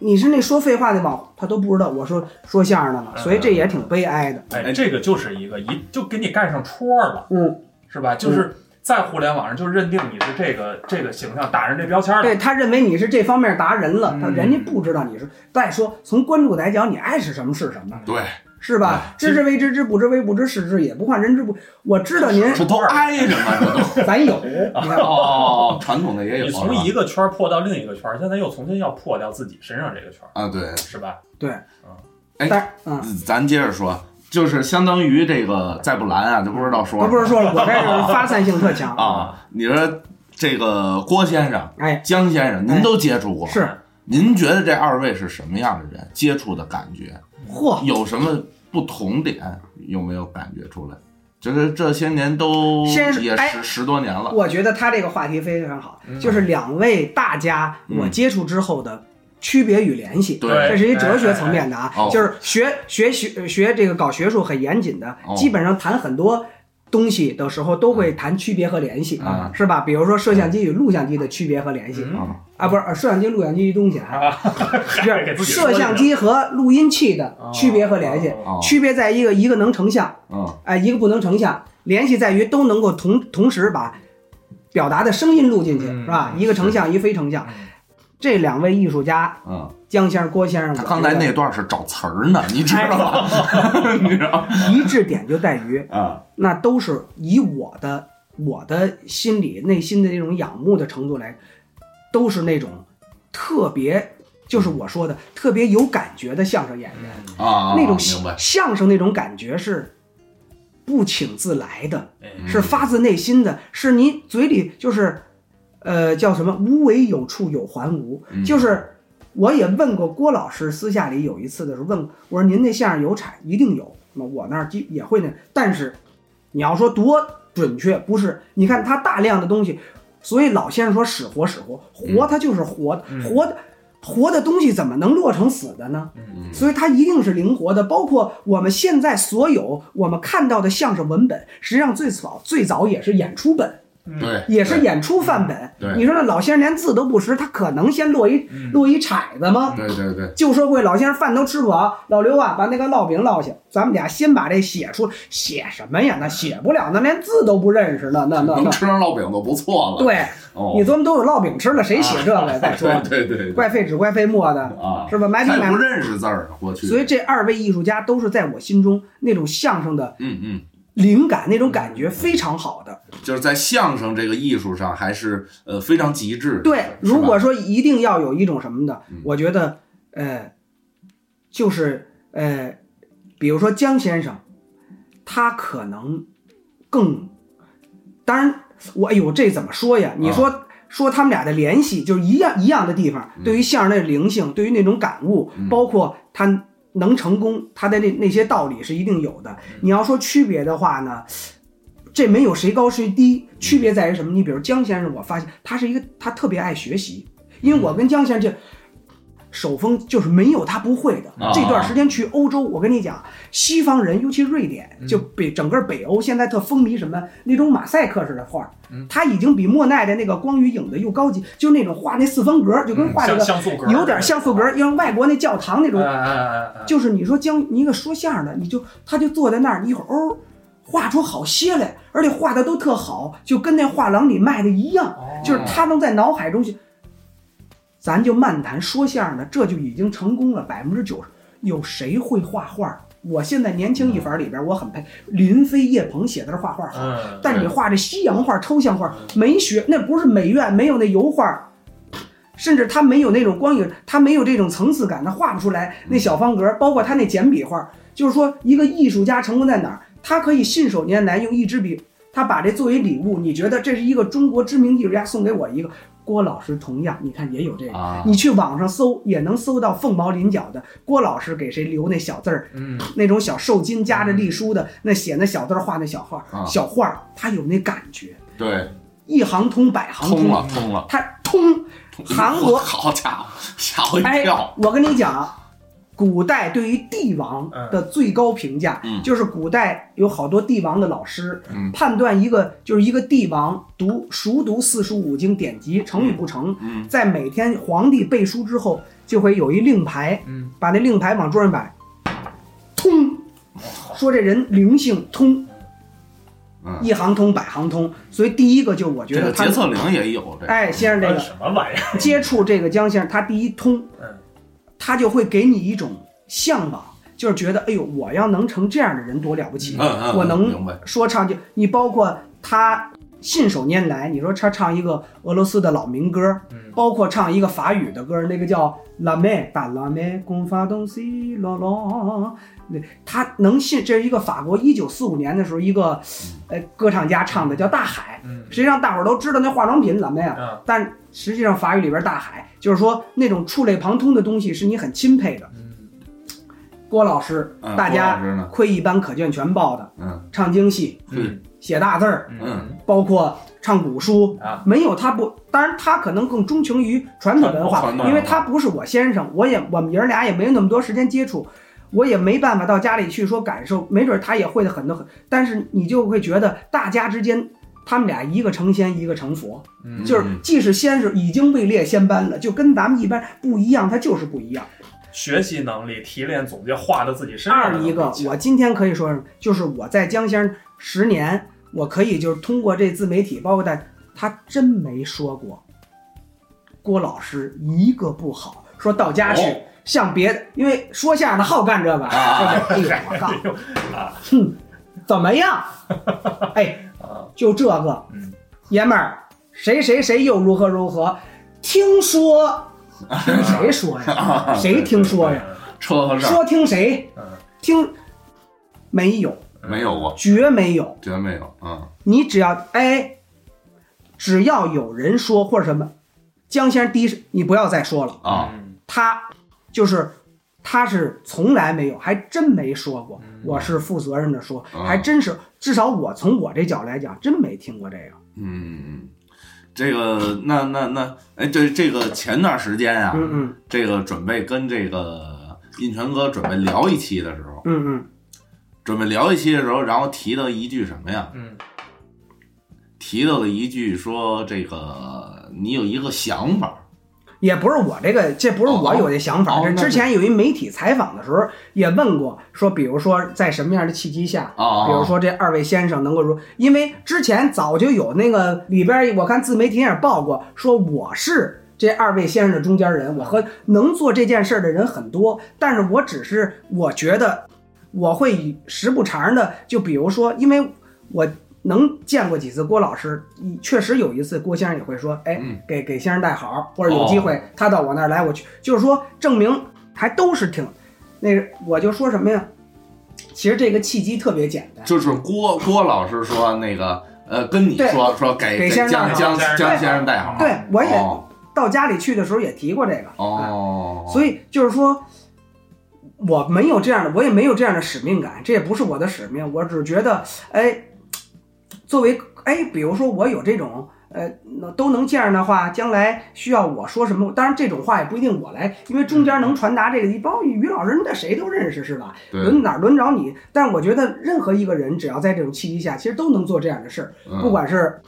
你是那说废话那网，他都不知道我说说相声的嘛，
嗯
所以这也挺悲哀的。
哎，这个就是一个一就给你盖上戳了，
嗯，
是吧？就是在互联网上就认定你是这个这个形象，打上这标签了。
对他认为你是这方面达人了，他
嗯
人家不知道你是。再说从关注来讲，你爱是什么是什么。
对，
是
哎
吧？知之为知之，不知为不知，是知也不患。人之不，我知 道您，
这都挨着嘛，这都，
咱 有，你看，
哦，哦传统的也有，
你从
是吧
一个圈儿破到另一个圈儿，现在又重新要破掉自己身上这个圈儿，
啊，对，
是吧？
哎
但是嗯，
咱接着说，就是相当于这个再不拦啊，就不知道说
我
什
不
么
是说了，我这人发散性特强，
啊，你说这个郭先生、
哎，
江先生，您
哎
都接触过，
是，
您觉得这二位是什么样的人？接触的感觉
嚯，
有什么不同点？有没有感觉出来？就是这些年都
先是
也
哎
十十多年了，
我觉得他这个话题非常好，就是两位大家
嗯
我接触之后的区别与联系。
对
这是一哲学层面的啊
哎哎哎，
就是学学学学这个搞学术很严谨的
哦，
基本上谈很多东西的时候都会谈区别和联系
嗯，
是吧？比如说摄像机与录像机的区别 和联系
嗯
啊，不是呃摄像机、录像机一东西啊，
啊， 还给
是
自己说
摄
一
像
遍
机和录音器的区别和联系，
哦，
区别在一个一个能成像，
嗯
哎，一个不能成像，联系在于都能够同同时把表达的声音录进去，
嗯
是吧？一个成像，一个非成像
嗯。
这两位艺术家，
嗯，
江先生、郭先生，
他
我
刚才
觉得
那段是找词儿呢，你知道吗？ 你知道吗
一致点就在于，
啊？
那都是以我的我的心里内心的那种仰慕的程度来，都是那种特别，就是我说的特别有感觉的相声演员。
啊啊，
那种
明白，
相声那种感觉是不请自来的，
嗯
是发自内心的，是你嘴里就是，呃，叫什么“无为有处有还无”，
嗯
就是我也问过郭老师，私下里有一次的时候问我说：“您那相声有产？一定有。”那我那儿也会呢，但是你要说多准确，不是？你看他大量的东西，所以老先生说“死活死活”，活它就是活的，
嗯
活的活的东西怎么能落成死的呢？
嗯
所以它一定是灵活的。包括我们现在所有我们看到的相声文本，实际上最早最早也是演出本，
对，
嗯
嗯
也是演出范本。
对
你说那老先生连字都不识，他可能先落一、落一铲子吗？
对对对，
旧社会老先生饭都吃不饱，老刘啊，把那个烙饼烙下，咱们俩先把这写出，写什么呀？那写不了，那连字都不认识，那那 那
能
那，
吃上烙饼都不错了。，
对
哦，
你咱们都有烙饼吃了，谁写这 个呀？再说，
对对对对
怪费纸怪费墨的，
啊，
是吧？买笔
还
买
不认识字儿呢，啊过去。
所以这二位艺术家都是在我心中那种相声的
嗯嗯，
灵感、那种感觉非常好的。
就是在相声这个艺术上，还是呃非常极致的。
对，
是吧
如果说一定要有一种什么的
嗯，
我觉得，呃，就是呃，比如说江先生，他可能更，当然，我哎呦，这怎么说
啊
呀？你说。说他们俩的联系就是一样一样的地方，对于相声的灵性，对于那种感悟，
嗯
包括他
嗯
能成功，他的那那些道理是一定有的。你要说区别的话呢，这没有谁高谁
嗯
低，区别在于什么？你比如江先生，我发现他是一个他特别爱学习，因为我跟江先生这手风就是没有他不会的。
啊
这段时间去欧洲，我跟你讲，西方人尤其瑞典，
嗯
就北整个北欧现在特风靡什么那种马赛克式的画儿，他已经比莫奈的那个光与影的又高级，就是那种画那四方格儿，就跟画这
嗯像
个
像素格儿，
有点像素格儿，像外国那教堂那种
哎。哎哎哎，
就是你说将你一个说相声的，你就他就坐在那儿，一会儿哦，画出好些来，而且画的都特好，就跟那画廊里卖的一样，就是他能在脑海中去。咱就漫谈说相声的，这就已经成功了百分之九十。有谁会画画？我现在年轻一法里边，我很佩林飞、叶鹏写的是画画好，
嗯，
但你画这西洋画、抽象画没学，那不是美院没有那油画，甚至他没有那种光影，他没有这种层次感，他画不出来那小方格，包括他那简笔画，就是说一个艺术家成功在哪儿，他可以信手拈来，用一支笔，他把这作为礼物，你觉得这是一个中国知名艺术家送给我一个。郭老师同样，你看也有这个，
啊
你去网上搜也能搜到凤毛麟角的郭老师给谁留那小字儿，
嗯
那种小寿金夹着隶书的，那写那小字儿画那小画
嗯啊
儿，小画儿，他有那感觉，
对，
一行通百行
通了，通了。
他通。韩国，
好家伙，吓我一
嗯 哎
跳！，
我跟你讲啊，古代对于帝王的最高评价，
嗯
就是古代有好多帝王的老师，
嗯
判断一个就是一个帝王读熟读四书五经典籍成与不成，
嗯
在每天皇帝背书之后，就会有一令牌，
嗯
把那令牌往桌上摆，通，说这人灵性通，
嗯，
一行通百行通，所以第一个就我觉
这
得
个
他
洁，厕灵也有这个，
哎，先生这个
什么玩意儿？
接触这个江先生，他第一通
嗯，
他就会给你一种向往，就是觉得，哎呦，我要能成这样的人多了不起
嗯，嗯，嗯
我
明
能
白。
说唱就你包括他信手拈来，你说他唱一个俄罗斯的老民歌，
嗯
包括唱一个法语的歌，那个叫《La Mer》，把《La Mer》公发东西罗罗，那他能信，这是一个法国一九四五年的时候一个呃歌唱家唱的，叫《大海》。
嗯
实际上大伙儿都知道那化妆品怎么样，
啊
但实际上法语里边大海就是说那种触类旁通的东西是你很钦佩的。
嗯
郭老师，
嗯
大
郭老师呢
家窥一斑可见全豹的
嗯
唱京戏、
嗯
写大字儿，
嗯
包括唱古书
啊，
没有他不，当然他可能更钟情于传统文化
传统，
因为他不是我先生，我也我们爷儿俩也没有那么多时间接触。我也没办法到家里去说感受，没准他也会的很多很，但是你就会觉得大家之间，他们俩一个成仙，一个成佛，
嗯
就是即使先是已经位列仙班了，就跟咱们一般不一样，它就是不一样。
学习能力、提炼、总结，画到自己身上
二
的能力
一个，
强。
我今天可以说什么？就是我在江先生十年，我可以就是通过这自媒体，包括在他真没说过郭老师一个不好，说到家去。
哦
像别的，因为说相声的好干这个，
啊
哎呦我靠，哼，怎 么样？哎，就这个
嗯，
爷们儿，谁谁谁又如何如何？听说，听谁 说
啊
呀？谁听说呀？
车和上
说听谁
嗯？
听没有，
没有过，
绝没有。
绝没有。嗯
你只要哎，只要有人说或者什么，江先生第一是，你不要再说了。
啊，
嗯
他就是，他是从来没有，还真没说过。我是负责任的说，
嗯
还真是，至少我从我这角来讲，真没听过这个。
嗯，这个那那那，哎，这这个前段时间啊，
嗯嗯
这个准备跟这个印泉哥准备聊一期的时候，
嗯嗯，
准备聊一期的时候，然后提到一句什么呀？
嗯，
提到了一句说这个你有一个想法，
也不是我这个，这不是我有这想法。
哦哦
这
那
之
是
前有一媒体采访的时候也问过，说比如说在什么样的契机下，
哦
比如说这二位先生能够说，因为之前早就有那个里边，我看自媒体也报过，说我是这二位先生的中间人，我和能做这件事儿的人很多，但是我只是我觉得我会以时不常的，就比如说，因为我能见过几次郭老师，嗯确实有一次郭先生也会说，哎
嗯，哦
给给先生带好，或者有机会他到我那儿来，我去，就是说证明还都是挺，那个我就说什么呀？其实这个契机特别简单，
就是郭郭老师说那个呃，跟你
对
说说给
给先
江
生
江
带
好
江
对
先生带好，
对我也
哦
到家里去的时候也提过这个，啊
哦，
所以就是说，我没有这样的，我也没有这样的使命感，这也不是我的使命，我只觉得，哎，作为哎，比如说我有这种呃那都能见上的话，将来需要我说什么？当然这种话也不一定我来，因为中间能传达这个，你包括于老师，人家谁都认识是吧？
对
轮哪儿轮着你？但我觉得任何一个人只要在这种契机下，其实都能做这样的事儿，
嗯
不管是。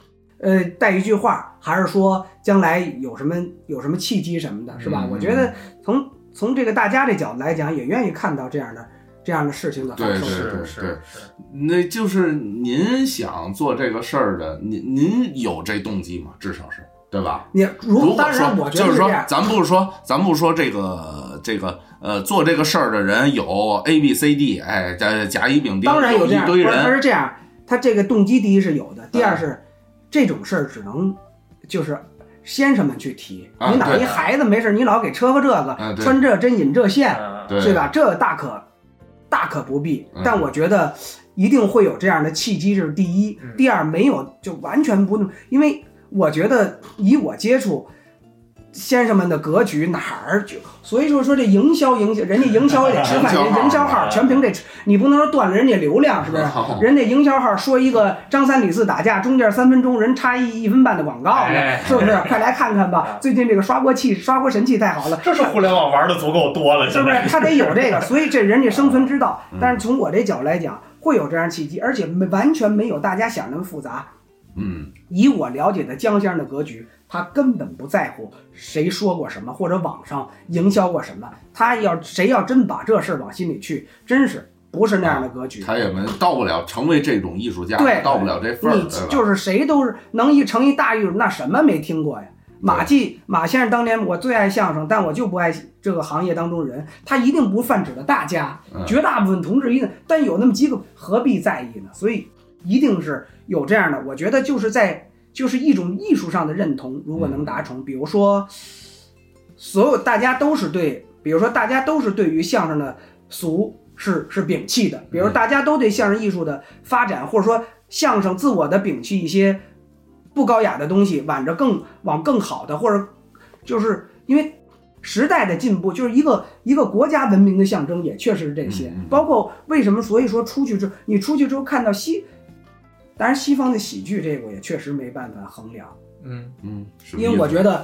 呃，带一句话，还是说将来有什么有什么契机什么的，是吧？
嗯
我觉得从从这个大家这角度来讲，也愿意看到这样的这样的事情的发
对
生。
对对
是
对
是是，
那就是您想做这个事儿的，您您有这动机吗？至少是对吧？
你如
如果
当然，我
说
觉
就
得
是
这
说
样，，
咱不说，咱不说这个这个呃，做这个事儿的人有 A B C D，哎，甲甲乙丙丁，
当然有这
一
样，
堆
不是他
人，嗯
是这样，他这个动机第一是有的，第二是、这种事儿只能就是先生们去提，
啊
你哪
对
一孩子没事，你老给车个这个，
啊对
穿这针引这线，
嗯
对
对吧？这大可大可不必
嗯。
但我觉得一定会有这样的契机，这是第一。
嗯
第二，没有就完全不那么，因为我觉得以我接触。先生们的格局哪儿就，所以说说这营销营销，人家营销也得吃饭，
营销
人
号哦
家营销号全凭这吃，你不能说断了人家流量，是不是？人家营销号说一个张三李四打架，中间三分钟人插一一分半的广告呢
哎，
是不是？快来看看吧
啊
哎，
最近这个刷锅器刷锅神器太好了，
这是互联网玩的足够多了，
是
现
不是
在？嗯
他得有这个，所以这人家生存之道。但是从我这角度来讲，会有这样契机，而且没完全没有大家想那么复杂。
嗯，
以我了解的江先生的格局，他根本不在乎谁说过什么，或者网上营销过什么。他要谁要真把这事儿往心里去，真是不是那样的格局。
他也没到不了成为这种艺术家，
对
到不了这份儿，
你
对吧？
就是谁都是能一成一大艺术，那什么没听过呀？马季马先生当年我最爱相声，但我就不爱这个行业当中人。他一定不泛指的大家
嗯，
绝大部分同志一定，但有那么几个何必在意呢？所以一定是有这样的。我觉得就是在就是一种艺术上的认同，如果
嗯
能达成，比如说所有大家都是对，比如说大家都是对于相声的俗是是摒弃的，比如大家都对相声艺术的发展，或者说相声自我的摒弃一些不高雅的东西，挽着更往更好的，或者就是因为时代的进步，就是一个一个国家文明的象征，也确实是这些
嗯嗯。
包括为什么，所以说出去之后，你出去之后看到西，当然西方的喜剧这个我也确实没办法衡量。
嗯
嗯，什么
因为我
意思
觉得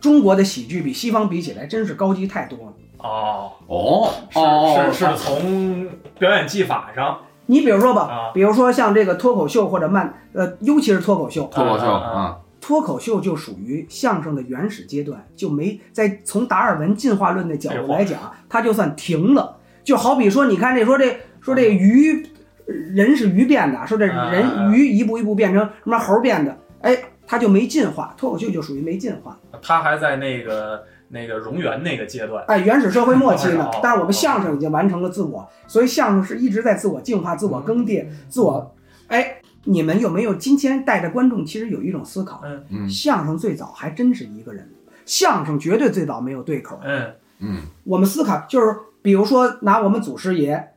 中国的喜剧比西方比起来真是高级太多了。
哦，
哦
是
哦
是是从表演技法上
你比如说吧
啊，
比如说像这个脱口秀或者慢，呃，尤其是脱口秀，
脱口秀
啊啊
啊，
脱口秀就属于相声的原始阶段，就没在从达尔文进化论的角度来
哎
讲，它就算停了。就好比说，你看这说这说这鱼，人是鱼变的，说这
嗯啊
人鱼一步一步变成什么猴变的，哎，它就没进化，脱口秀就属于没进化。
他还在那个那个蝾螈那个阶段，
哎，原始社会末期 呢
哦哦，
但是我们相声已经完成了自我，所以相声是一直在自我净化、自我更
嗯
迭、自我。哎，你们有没有今天带着观众，其实有一种思考？
嗯
嗯
相声最早还真是一个人，相声绝对最早没有对口。
嗯
嗯
我们思考就是，比如说拿我们祖师爷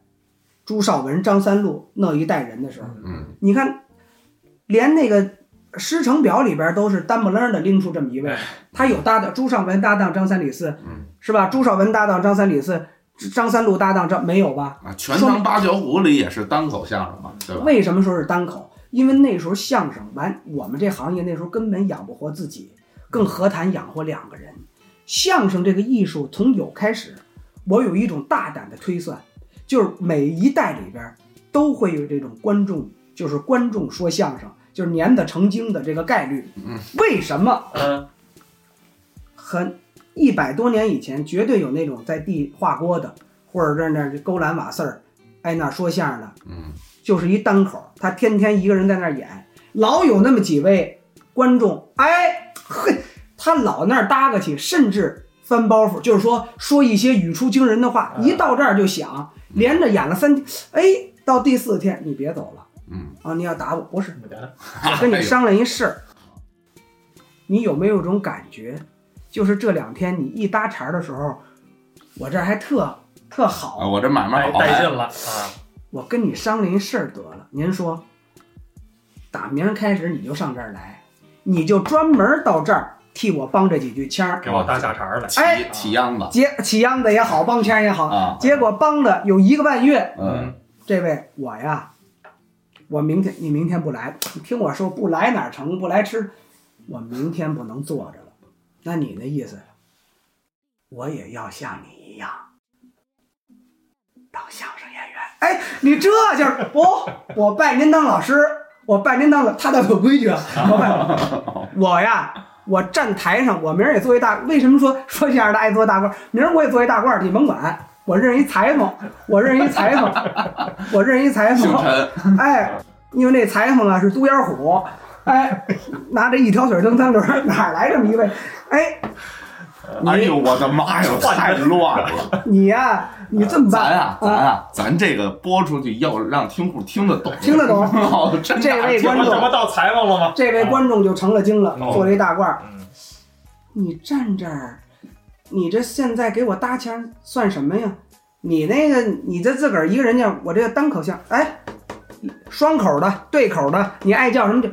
朱绍文、张三禄那一代人的时候，
嗯，
你看，连那个《师承表》里边都是单不楞的拎出这么一位
哎，
他有搭档朱绍文搭档张三李四
嗯，
是吧？朱绍文搭档张三李四，张三禄搭档张没有吧？
啊，《全唐八角虎》里也是单口相声嘛，对吧？
为什么说是单口？因为那时候相声完，我们这行业那时候根本养不活自己，更何谈养活两个人？相声这个艺术从有开始，我有一种大胆的推算，就是每一代里边都会有这种观众，就是观众说相声，就是粘的成精的这个概率。
嗯
为什么
嗯，
很一百多年以前，绝对有那种在地画锅的，或者在那儿勾栏瓦四儿，哎那儿说相声的，
嗯
就是一单口，他天天一个人在那儿演，老有那么几位观众，哎，嘿，他老那儿搭个去，甚至翻包袱，就是说说一些语出惊人的话，
嗯
一到这儿就响，连着演了三天，哎，到第四天你别走了
嗯，
啊，你要打我，不是，
怎么的？
啊
我
哎
跟你商量一事儿，你有没有种感觉，就是这两天你一搭茬儿的时候，我这儿还特特好
啊，，我这买卖
带
好
带劲了啊！
我跟你商量一事儿得了，您说，打明儿开始你就上这儿来，你就专门到这儿替我帮这几句腔儿，
给我搭下茬儿来，
哎
起起秧子
结起秧子也好，帮腔儿也好，
啊，
结果帮了有一个半月，
嗯
嗯，
这位我呀，我明天你明天不来，你听我说不来哪儿成，不来吃，我明天不能坐着了。那你那意思，我也要像你一样当相声演员。哎，你这就是不、我拜您当老师，我拜您当老，他倒有规矩啊，我拜我呀。我站台上，我明儿也做一大。为什么说说相声的爱做大褂儿？明儿我也做一大褂儿，你甭管。我认识一裁缝，我认识一裁缝，我认识一裁
姓
缝。
陈，
哎，因为那裁缝啊是独眼虎，哎，拿着一条腿蹬三轮儿，哪儿来这么一位？哎，
嗯
哎呦我的妈呀，太乱了！
你呀、你这么
咱
办，
啊，咱啊，咱这个播出去要让听户听得懂，
听得懂
哦真的
这位观
这
众
不这不到裁缝了吗？
这位观众就成了精了，
哦
做了一大褂儿
嗯。
你站这儿，你这现在给我搭腔算什么呀？你那个，你这自个儿一个人家，我这个单口相，哎，双口的、对口的，你爱叫什么就，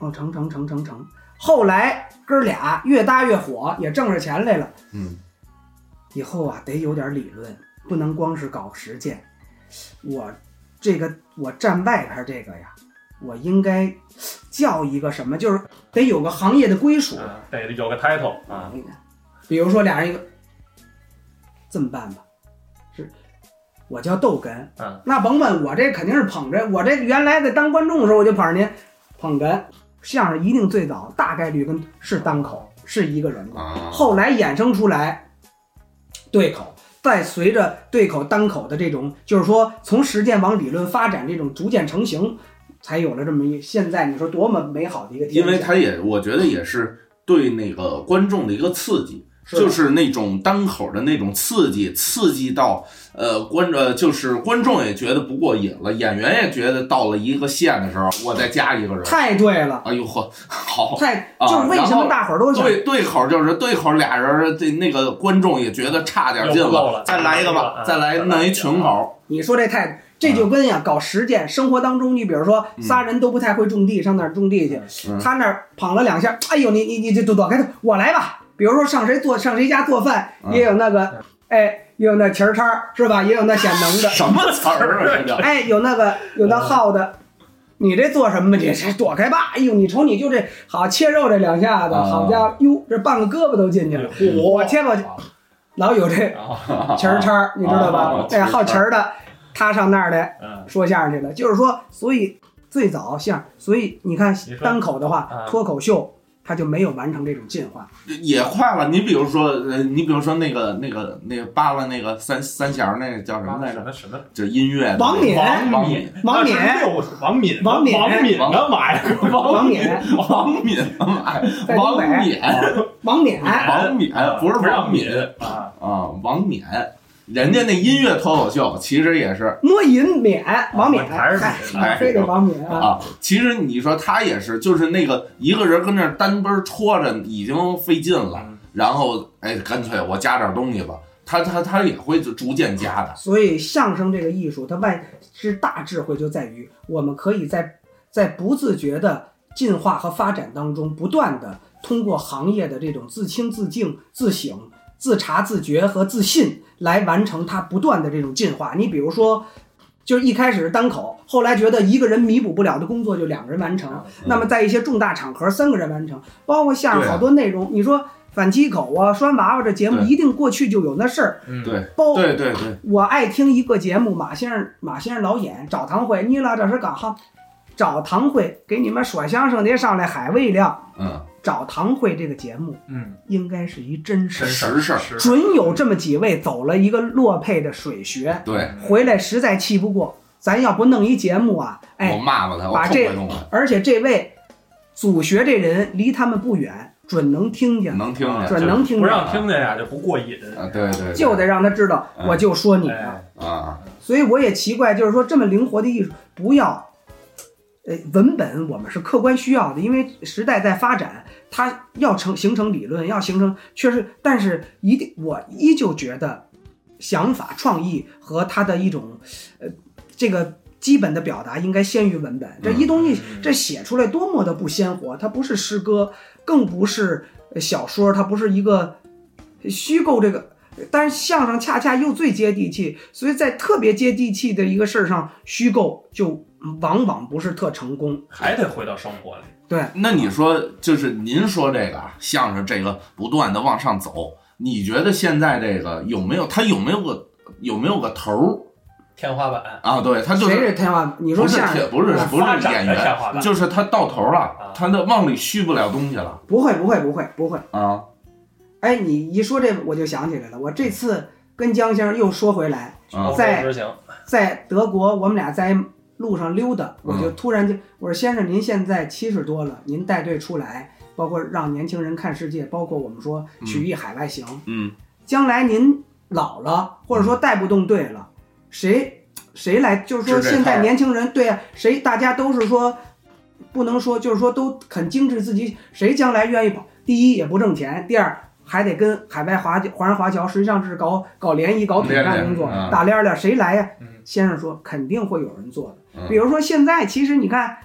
哦，成成成成成。后来哥俩越搭越火，也挣着钱来了。
嗯，
以后啊得有点理论，不能光是搞实践。我这个我站外边这个呀，我应该叫一个什么，就是得有个行业的归属。
嗯得有个 title 啊，
比如说俩人一个，这么办吧，是我叫豆根，
嗯，
那甭问我这肯定是捧着，我这原来在当观众的时候我就捧着您，捧哏，相声一定最早大概率跟是单口是一个人的，
啊，
后来衍生出来对口，再随着对口单口的这种，就是说从实践往理论发展这种逐渐成型，才有了这么一现在你说多么美好的一个天
因
下，
为他也，我觉得也是对那个观众的一个刺激，
是吧
就是那种单口的那种刺激，刺激到呃观呃就是观众也觉得不过瘾了，演员也觉得到了一个线的时候，我再加一个人，
太对了，
哎呦呵，好。
太
啊
就是为什
然后
么大伙儿都想
对对口就是对口，俩人这那个观众也觉得差点劲
又不够了嗯
再来一个吧，
再
再
来一个
来
啊
弄一群口，
你说这态度，这就跟呀、搞实践，生活当中，你比如说
嗯
仨人都不太会种地，上那儿种地去，
嗯
他那儿捧了两下，哎呦，你你你这躲躲开他，我来吧。比如说上谁做上谁家做饭，
嗯
也有那个，哎，也有那旗儿叉儿是吧？也有那显能 的，
什么词儿啊？这叫
哎，有那个有
嗯
那耗的。你这做什么？你这躲开吧！哎呦，你瞅你就这好切肉这两下子，
啊哎
好家伙，哟，这半个胳膊都进去了。我天我去，老有这旗儿叉儿，你知道吧
啊？
哎，好旗儿的，他上那儿来
嗯，
说相声去了。就是说，所以最早像，所以你看
你说
单口的话
啊，
脱口秀它就没有完成这种进化。
也快了。你比如说，呃，你比如说那个那个那个扒拉那个三三弦儿那个叫什么来
什
着？
么什啊么
就是音乐的
王敏
王敏
敏，
王敏
那是六十王敏，
王敏
王敏的妈呀，
王冕，
王敏，
在
王
东北
冕，
王冕，
啊
王敏，哦哎不是
不让
王敏
敏啊，
啊，王冕，人家那音乐脱口秀其实也是
摸银冕，王冕，
啊
哎
还是
嗨
敏
还是
非得王冕啊。
啊，其实你说他也是，就是那个一个人跟那儿单奔儿戳着已经费劲了，
嗯
然后哎，干脆我加点儿东西吧。他他他也会逐渐加的，
所以相声这个艺术，它外之大智慧就在于，我们可以在在不自觉的进化和发展当中，不断的通过行业的这种自清、自净、自省、自查、自觉和自信，来完成它不断的这种进化。你比如说。就是一开始是单口，后来觉得一个人弥补不了的工作就两个人完
嗯
成，那么在一些重大场合三个人完成，包括相声
对啊
好多内容，你说反击口啊、拴娃娃这节目，
对
一定过去就有那事儿，
嗯
对
包
对对对，
我爱听一个节目，马先生马先生老演找堂会，你老这是干哈？找堂会给你们说相声的上来海味料。
嗯，
找堂会这个节目
嗯，
应该是一真事
真
儿，
事实事儿
是
准有这么几位走了一个落配的水学，
对，
嗯
回来实在气不过，咱要不弄一节目啊？
我
哎，
骂骂他，我
把
痛
这
快痛快，
而且这位祖学这人离他们不远，准能听见，
能听见，
准能听
不
见，
让听见呀就不过瘾，
啊，对对，对
就得让他知道，
嗯
我就说你呢。
哎，
啊，
所以我也奇怪，就是说这么灵活的艺术，不要，呃，文本我们是客观需要的，因为时代在发展，它要成形成理论，要形成确实，但是一定我依旧觉得，想法创意和它的一种，呃，这个。基本的表达应该先于文本，这一东西
嗯
这写出来多么的不鲜活，它不是诗歌，更不是呃小说，它不是一个呃虚构这个但是相声恰恰又最接地气，所以在特别接地气的一个事儿上，虚构就往往不是特成功。
还得回到生活里。
那你说，就是您说这个啊，相声这个不断的往上走，你觉得现在这个有没有它有没有个有没有个头儿
天花板，
啊？对，它就
谁
是
是天花？你说嗯
不是
相
铁
声哎
不是不
发
是
展
演
的天
员，
花板，
就是它到头
啊
了，它的往里续不了东西了
不会不会不会不会。
啊。
哎，你一说这我就想起来了，我这次跟江先生又说回来，
啊
在
执行，
在德国，我们俩在路上溜达，我就
嗯
突然就我说先生，您现在七十多了，您带队出来，包括让年轻人看世界，包括我们说曲艺海外行，
嗯，
将来您老了，或者说带不动队了，谁谁来？就是说
支这套
现在年轻人，对啊，谁大家都是说不能说，就是说都很精致自己，谁将来愿意跑？第一也不挣钱，第二还得跟海外华华人华侨，实际上是搞搞联谊、搞统
联
战
联
工作
嗯，
打链儿的，谁来呀、
嗯
先生说肯定会有人做的
嗯，
比如说现在其实你看，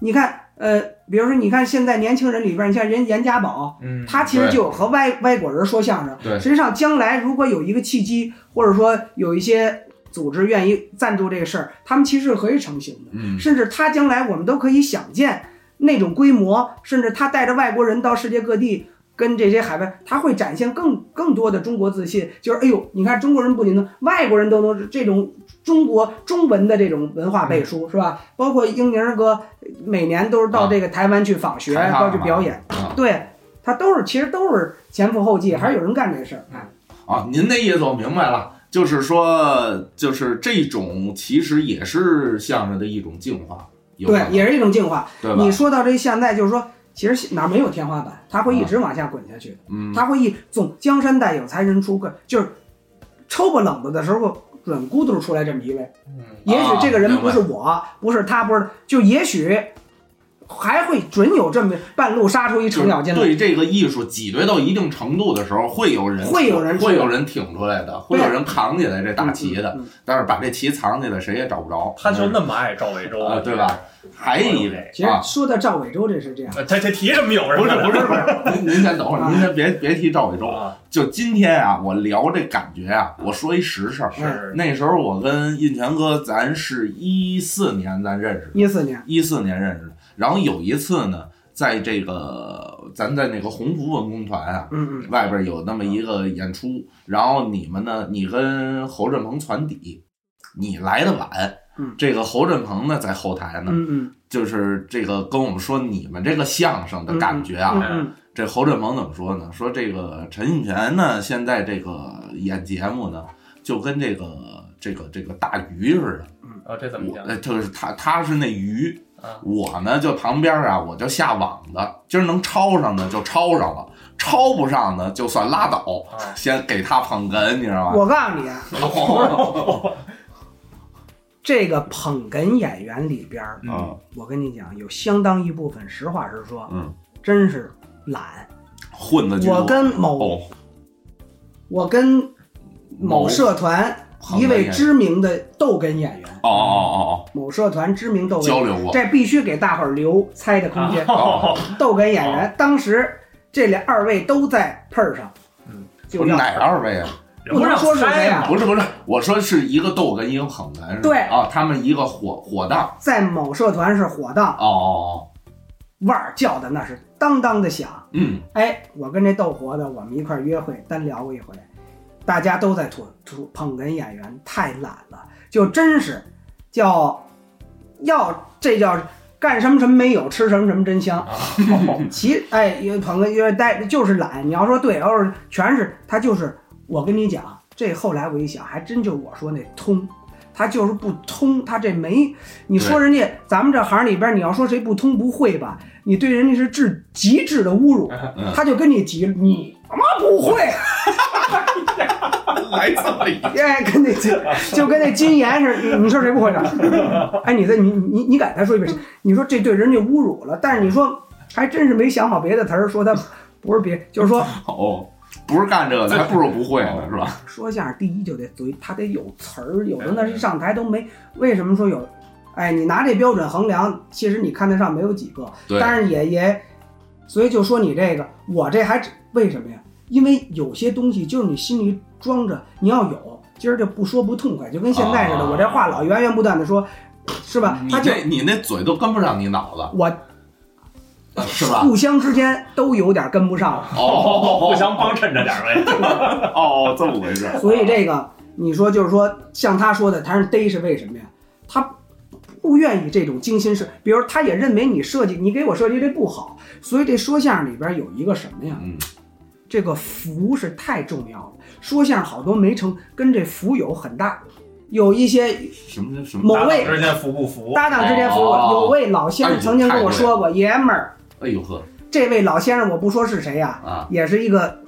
你看呃，比如说你看现在年轻人里边，你像人严家宝。
嗯，
他其实就有和外外国人说相声。
对
实际上将来如果有一个契机，或者说有一些组织愿意赞助这个事儿，他们其实是可以成型的。
嗯
甚至他将来我们都可以想见那种规模，甚至他带着外国人到世界各地。跟这些海外，他会展现更更多的中国自信，就是哎呦，你看中国人不仅能，外国人都能这种中国中文的这种文化背
嗯
书、是吧？包括英宁哥每年都是到这个台湾去访学，
啊
包括去表演，
啊
对他都是其实都是前赴后继，还是有人干这事儿。哎
啊，您的意思我明白了，就是说，就是这种其实也是相声的一种进化，有可
对，
能
也是一种进化。
对吧
你？说到这现在，就是说，其实哪儿没有天花板，它会一直往下滚下去的。
嗯，
它会一总江山代有才人出个，就是抽不冷子的时候，准咕嘟出来这么一位。
嗯
也许这个
啊
人不是我，不是他，不是就也许还会准有这么半路杀出一程咬金来。
对这个艺术挤兑到一定程度的时候，会有人
会有人
会有人挺出来的，会有人扛起来这大旗的，
嗯嗯
但是把这旗藏起来谁也找不着。嗯
他就那么爱赵伟洲
啊对吧？还有一位
其实
啊，
说到赵伟洲，这是
嗯
这样。
呃他他提什么有什
不
么
是
的？
不是 不是，您您先等会儿，您先别别提赵伟洲，
啊，
就今天啊，我聊这感觉啊，我说一实事儿。
是
那时候我跟印泉哥，咱是一四年咱认识的，
一四年，
一四年认识的。然后有一次呢，在这个咱在那个鸿福文工团啊，
嗯嗯，
外边有那么一个演出，然后你们呢，你跟侯振鹏传底，你来的晚，
嗯
这个侯振鹏呢在后台呢，
嗯嗯
就是这个跟我们说你们这个相声的感觉啊，
嗯嗯，
这侯振鹏怎么说呢？说这个陈印泉呢，现在这个演节目呢，就跟这个这个这个大鱼似的，
哦
啊，这怎么
我
讲？
呃就是他他是那鱼
啊，
我呢就旁边啊，我就下网的，今儿能抄上的就抄上了，抄不上的就算拉倒，
啊
先给他捧哏，你知道吧？
我告诉你啊，
哦
这个捧哏演员里边儿，
嗯
我跟你讲，有相当一部分，实话实说，啊
嗯，
真是懒。
混的居多。
我跟某、
哦
我跟某社团
捧哏
一位
演员
知名的逗哏演员，
哦哦
某社团知名逗
哦
哏
交
演员，
流过。
这必须给大伙儿留猜的空
啊
间。
哦
逗哏演员当时这俩二位都在配儿上，
嗯，
就要
哪二位啊？
人 不让
不能说是
猜
谁啊
嘛，
不是不是，我说是一个逗哏，一个捧哏，是吧
对
啊，他们一个火火档，
在某社团是火
哦
当，
哦
腕儿叫的那是当当的响。
哦，嗯，
哎，我跟这逗活的，我们一块儿约会，单聊过一回，大家都在吐吐捧哏演员太懒了，就真是叫要这叫干什么什么没有，吃什么什么真香。其哎，有捧哏就是呆，就是懒。你要说对，要是全是他就是，我跟你讲，这后来我一想，还真就我说那通。他就是不通，他这没，你说人家咱们这行里边，你要说谁不通不会吧，你对人家是至极致的侮辱。
嗯
他就跟你急，你他妈不会，啊
来这么一个，
哎，跟那金就跟那金岩似的，你你说谁不会的？ 哎，你这你你你敢再说一遍？你说这对人家侮辱了，但是你说还真是没想好别的词儿，说他不是别，就是说
哦，不是干这个的，还不如不会呢，是吧？
说相声第一就得嘴，他得有词儿，有的
哎
那是上台都没。为什么说有？哎，你拿这标准衡量，其实你看得上没有几个，
对
但是也也，所以就说你这个，我这还只为什么呀？因为有些东西就是你心里装着，你要有，今儿就不说不痛快，就跟现在似的，
啊
我这话老源源不断的说，是吧？
你啊
他就
那你那嘴都跟不上你脑子，
我
是吧？
互相之间都有点跟不上了，
互
哦
相帮衬着点儿呗。
哦，这么回事儿。
所以这个你说就是说，像他说的，他是逮是为什么呀？他不愿意这种精心设，比如他也认为你设计，你给我设计这不好，所以这说相声里边有一个什么呀？
嗯，
这个福是太重要了。说相声好多没成，跟这福有很大，有一些
什么什么？
某位
搭档之间服不服？哎
搭档之间服务，
哦
有位老先生曾经跟我说过，爷们儿，
哎呦呵
这位老先生我不说是谁呀、
啊，
也是一个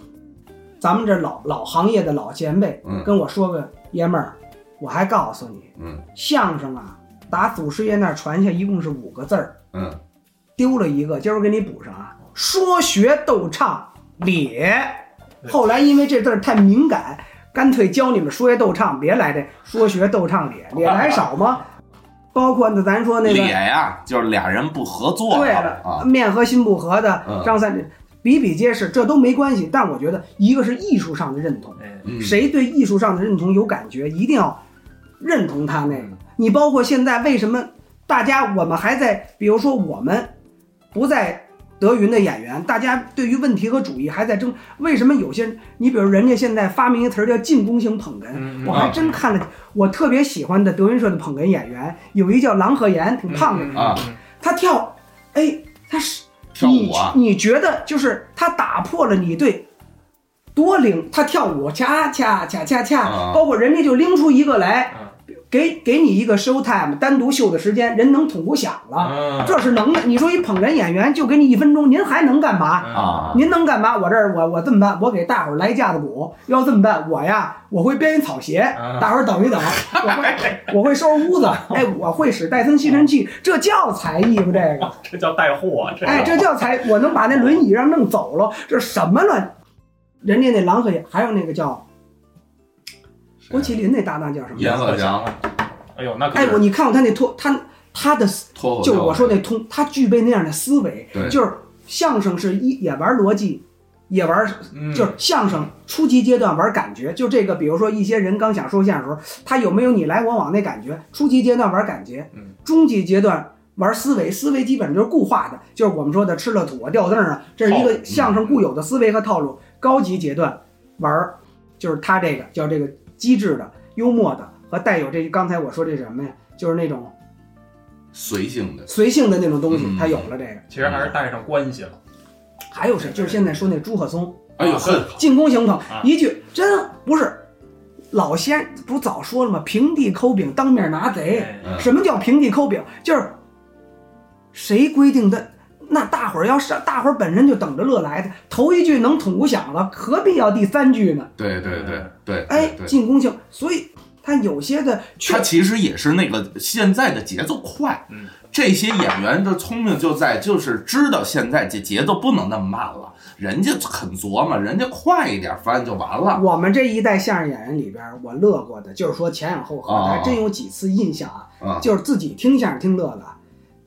咱们这老老行业的老前辈，
嗯
跟我说个爷们儿，我还告诉你，
嗯，
相声啊，打祖师爷那儿传下一共是五个字儿，
嗯，
丢了一个，今儿我给你补上啊，说学逗唱咧。后来因为这字儿太敏感，干脆教你们说学逗唱，别来这说学逗唱咧，咧来少吗？包括那咱说那个
脸呀，就是俩人不合作
对
了
了，
啊，
面和心不和的，
嗯
张三比比皆是，这都没关系。但我觉得，一个是艺术上的认同，
哎，
嗯
谁对艺术上的认同有感觉，一定要认同他那个。你包括现在为什么大家我们还在，比如说我们不在德云的演员，大家对于问题和主义还在争。为什么有些人你比如人家现在发明一词儿叫进攻型捧哏，
嗯
我还真看了，我特别喜欢的德云社的捧哏演员有一叫郎鹤炎，
嗯
挺胖的，
啊，
他跳，哎，他是
跳舞啊
你你觉得就是他打破了你对多灵，他跳舞恰恰恰恰恰，
啊
包括人家就拎出一个来
啊，
给给你一个 show time 单独秀的时间，人能捅咕响了，
啊
这是能的。你说一捧哏演员就给你一分钟，您还能干
嗯
嘛？
啊
您能干嘛？我这儿我我这么办，我给大伙儿来架子鼓。要这么办，我呀，我会编一草鞋，
啊
大伙儿等一 等，我会我会收拾屋子，哎，我会使戴森吸尘器，这叫才艺吗？这个，
这叫带货，啊
啊
这
哎，这叫才，我能把那轮椅让弄走了，这什么乱？人家那郎鹤炎，还有那个叫郭麒麟那搭档叫什么？
阎鹤祥
哎呦，那可
哎，我
是
你看过他那脱他他的
脱口秀，
就是我说那通，他具备那样的思维
对，
就是相声是一也玩逻辑，也玩
嗯
就是相声初级阶段玩感觉，就这个，比如说一些人刚想说相声的时候，他有没有你来我往那感觉？初级阶段玩感觉
嗯，
中级阶段玩思维，思维基本就是固化的，就是我们说的吃了土啊、掉凳儿啊，这是一
嗯
个相声固有的思维和套路。高级阶段玩儿，就是他这个叫这个机智的、幽默的和带有这刚才我说这什么呀，就是那种
随性的，
随性的那种东西
嗯，
他有了这个。
其实还是带上关系了。
还有谁？就是现在说那朱鹤松
哎呦呵，
进攻型捧
啊，
一句真不是老先不早说了吗？平地抠饼，当面拿贼。
哎
嗯
什么叫平地抠饼？就是谁规定的？那大伙儿要是大伙儿本身就等着乐来的，头一句能捅咕响了，何必要第三句呢？
对对对对，
哎
对，对
进攻型，所以他有些的确
他其实也是那个现在的节奏快，
嗯
这些演员的聪明就在就是知道现在这节奏不能那么慢了，人家肯琢磨，人家快一点翻就完了。
我们这一代相声演员里边儿，我乐过的，就是说前仰后合的，
啊
还真有几次印象啊，
啊
就是自己听相声听乐了。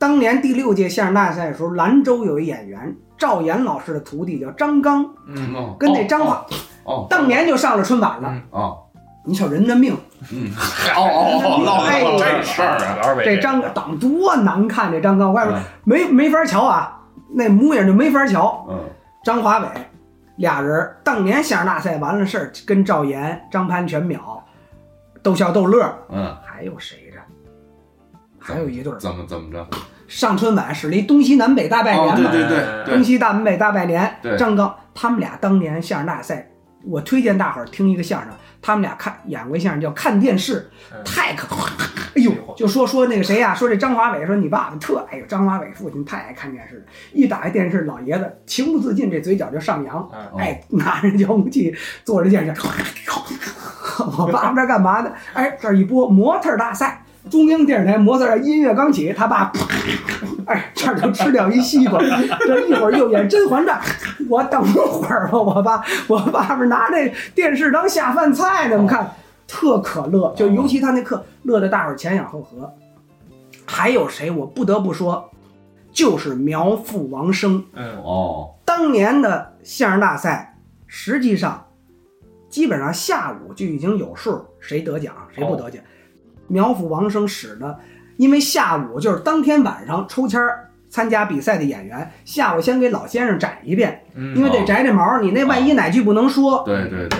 当年第六届相声大赛的时候，兰州有一演员赵岩老师的徒弟叫张刚，
嗯，
哦
跟那张华，
哦
当年就上了春晚了。
嗯
哦
你瞅人的命，
嗯，哦哦哦，
哎
唠
呦
到这事儿啊，
主要是为
这张党多难看，这张刚，我跟你说
嗯
没没法瞧啊，那模样就没法瞧。啊
嗯
张华伟俩人儿当年相声大赛完了事儿，跟赵岩、张潘全淼逗笑逗乐儿，
嗯，
还有谁着？还有一对儿
怎么怎么着？
上春晚使了一东西南北大拜
哦，
年
对
嘛，
对对
东
对，
西南北大拜年
对。
张刚他们俩当年相声大赛，我推荐大伙儿听一个相声，他们俩看演过一相声叫《看电视》，
嗯
太可 怕了。哎呦，就说说那个谁呀、说这张华伟，说你爸爸特哎呦，张华伟父亲太爱看电视了，一打开电视，老爷子情不自禁这嘴角就上扬，
嗯
哎，拿着遥控器坐着电视，我爸爸这干嘛呢？哎，这儿一播模特儿大赛，中央电视台模特儿音乐刚起，他爸，哎，这儿就吃掉一西瓜，这一会儿又演《甄嬛传》，我等会儿吧，我爸，我爸爸拿这电视当下饭菜呢，你看特可乐，就尤其他那课乐得大伙儿前仰后合。还有谁？我不得不说，就是苗阜王声。
嗯，
哦，
当年的相声大赛，实际上基本上下午就已经有数，谁得奖谁不得奖。苗阜王声使的因为下午就是当天晚上抽签儿参加比赛的演员，下午先给老先生摘一遍，
嗯
因为得摘这毛儿，你那万一哪句不能说，
对对对，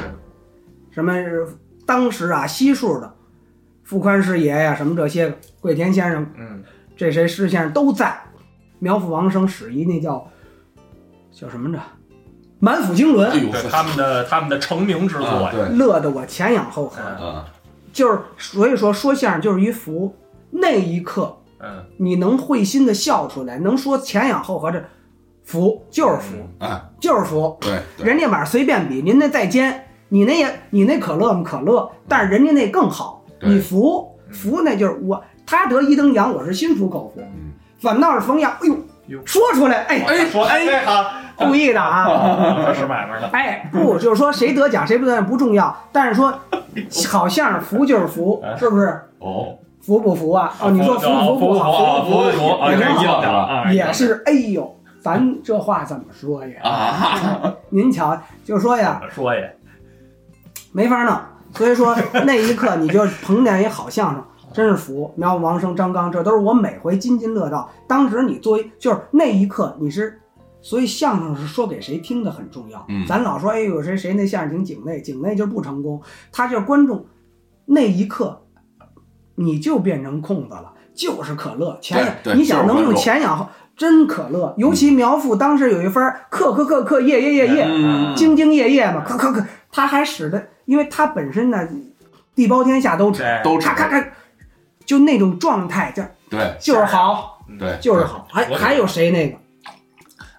什么是当时啊悉数的，傅宽师爷呀、什么这些桂田先生，
嗯，
这谁施先生都在，苗阜王生史一那叫叫什么着，满腹经纶，
哎呦，
对他们的他们的成名之作呀，
啊对
乐得我前仰后合。
嗯
啊，
就是所以说说相声就是一服，那一刻
嗯，
你能会心的笑出来，能说前仰后合这服就是服，
哎，
就是服。
对对，
人家碗随便比，您那再尖，你那也你那可乐吗？可乐，但是人家那更好，
对
你服服那就是我他得一等奖，我是心服口服
嗯，
反倒是冯阳，哎呦，
哟
说出来，哎，
哎说哎好，
故意的啊。
这是买卖的，
哎，不，就是说谁得奖谁不得奖不重要，但是 说好相声服就是服，是不是？
哦，
服不服啊？哦，你说服哎不服不好？
服不服啊？
也
这
挺
硬
好
的啊，
也是，哎呦，咱这话怎么说呀？
啊，
您瞧，就是说呀，
说也
没法弄。所以 说那一刻你就捧点一好相声，真是服。苗阜王声、张刚，这都是我每回津津乐道。当时你作为就是那一刻你是，所以相声是说给谁听的很重要。
嗯
咱老说哎呦谁谁那相声挺井内，井内就不成功，他就是观众那一刻你就变成空子了，就是可乐前仰
对对
你想能
就是
用
观众
前仰后。真可乐，尤其苗阜当时有一番儿克克克克夜夜夜夜，
嗯
兢兢业业嘛，可可可，他还使得，因为他本身呢，地包天下都指，
对
都
咔
差
咔咔，就那种状态，就
对
就是好，
对，
就是好。还
我
还有谁那个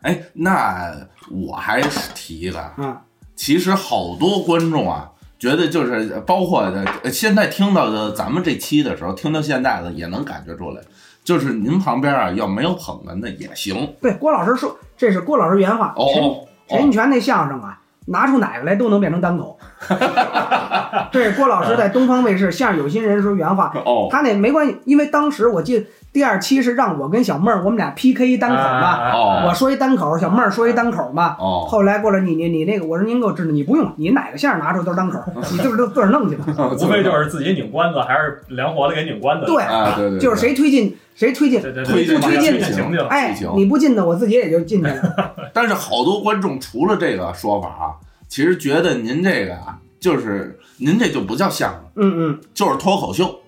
哎，那我还提一个，
啊？
其实好多观众啊，觉得就是呃包括呃现在听到的咱们这期的时候，听到现在的也能感觉出来，就是您旁边啊要没有捧哏的也行
对，郭老师说，这是郭老师原话。
哦
陈
哦
陈
哦
印泉那相声啊，拿出哪个来都能变成单 口。这是郭老师在东方卫视相声有心人时候原话。
哦
他那没关系，因为当时我记得第二期是让我跟小妹儿我们俩 PK 单口嘛，
啊
我
哦
说一单口，小妹儿说一单口嘛。
哦
后来过来你你你那个，我说您给我制的，你不用，你哪个相声拿出都是单口， 你就是都自个儿弄去吧。
无非就是自己拧关子，还是凉活的给拧关子。
对，
啊对对，对
就是谁推进谁推进，
对对对，
推进
往下
推进
推行去了。
哎
行，
你不进的我自己也就进去
哎
了。
但是好多观众除了这个说法啊，其实觉得您这个啊，就是您这就不叫相声，
嗯嗯，
就是脱口秀。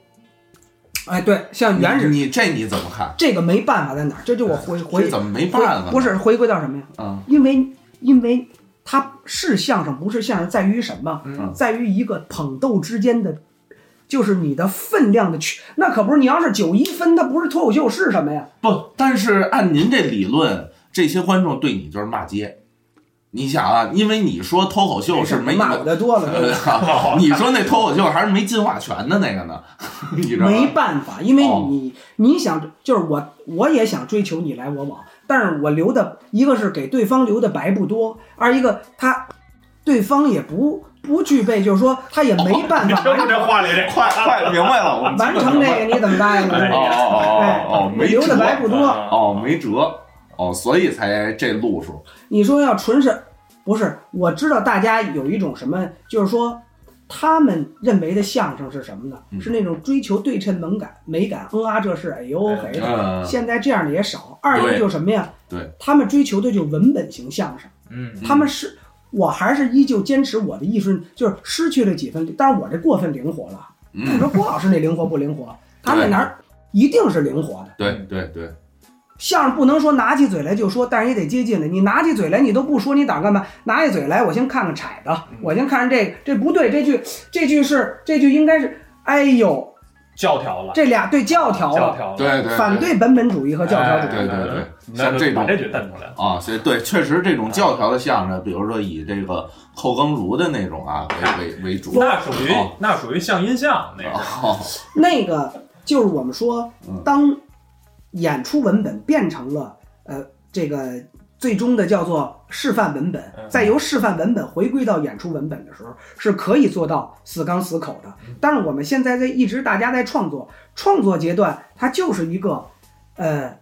哎对，像原始
你你这你怎么看？
这个没办法在哪儿，这就我回
这
回
怎么没办法
回
呢？
不是回归到什么呀？
啊，
因为因为它是相声不是相声，在于什么？
嗯
在于一个捧逗之间的。就是你的分量的区，那可不是。你要是九一分，它不是脱口秀是什么呀？
不，但是按您这理论，这些观众对你就是骂街。你想啊，因为你说脱口秀是没
哎骂我的多 了，
呃，啊你说那脱口秀还是没进化全的那个呢， 你知道
没
吗？
办法，因为
哦
你、你想就是我我也想追求你来我往，但是我留的一个是给对方留的白不多，二一个他对方也不不具备，就是说他也没办
你
法
听听这话里这
快快明白了，我 们
完成这个，你怎么办呀？
哦哦哦哦，没
留的
辙
白不多，
啊
哦，没辙哦，所以才这路数。
你说要纯是，不是？我知道大家有一种什么，就是说。他们认为的相声是什么呢？
嗯
是那种追求对称美感、美感，嗯啊，这是哎呦嘿的，
嗯，
现在这样的也少。二一个
对
就是什么呀？
对，
他们追求的就是文本型相声，
嗯，
他们是。我还是依旧坚持我的艺术，就是失去了几分，但是我这过分灵活了。你
嗯，
说郭老师那灵活不灵活？他那
对
哪儿一定是灵活的。
对对对，
相声不能说拿起嘴来就说，但是也得接近了。你拿起嘴来，你都不说，你打算干嘛？拿起嘴来，我先看看踩的，我先看看这个，这不对，这句这句是这句应该是，哎呦，
教条了，
这俩对教条
教
了，
条了，
对对，
反对本本主义和教条主义。
对对对
你
像这种
把这句瞪出来了，
啊，所以对，确实这种教条的相声，比如说以这个寇耕儒的那种啊为为为主。
那属于
哦
那属于像音像那个，
哦，
那个就是我们说
嗯，
当演出文本变成了呃这个最终的叫做示范文本
嗯，
再由示范文本回归到演出文本的时候，是可以做到死刚死口的。但是我们现在在一直大家在创作，创作阶段它就是一个呃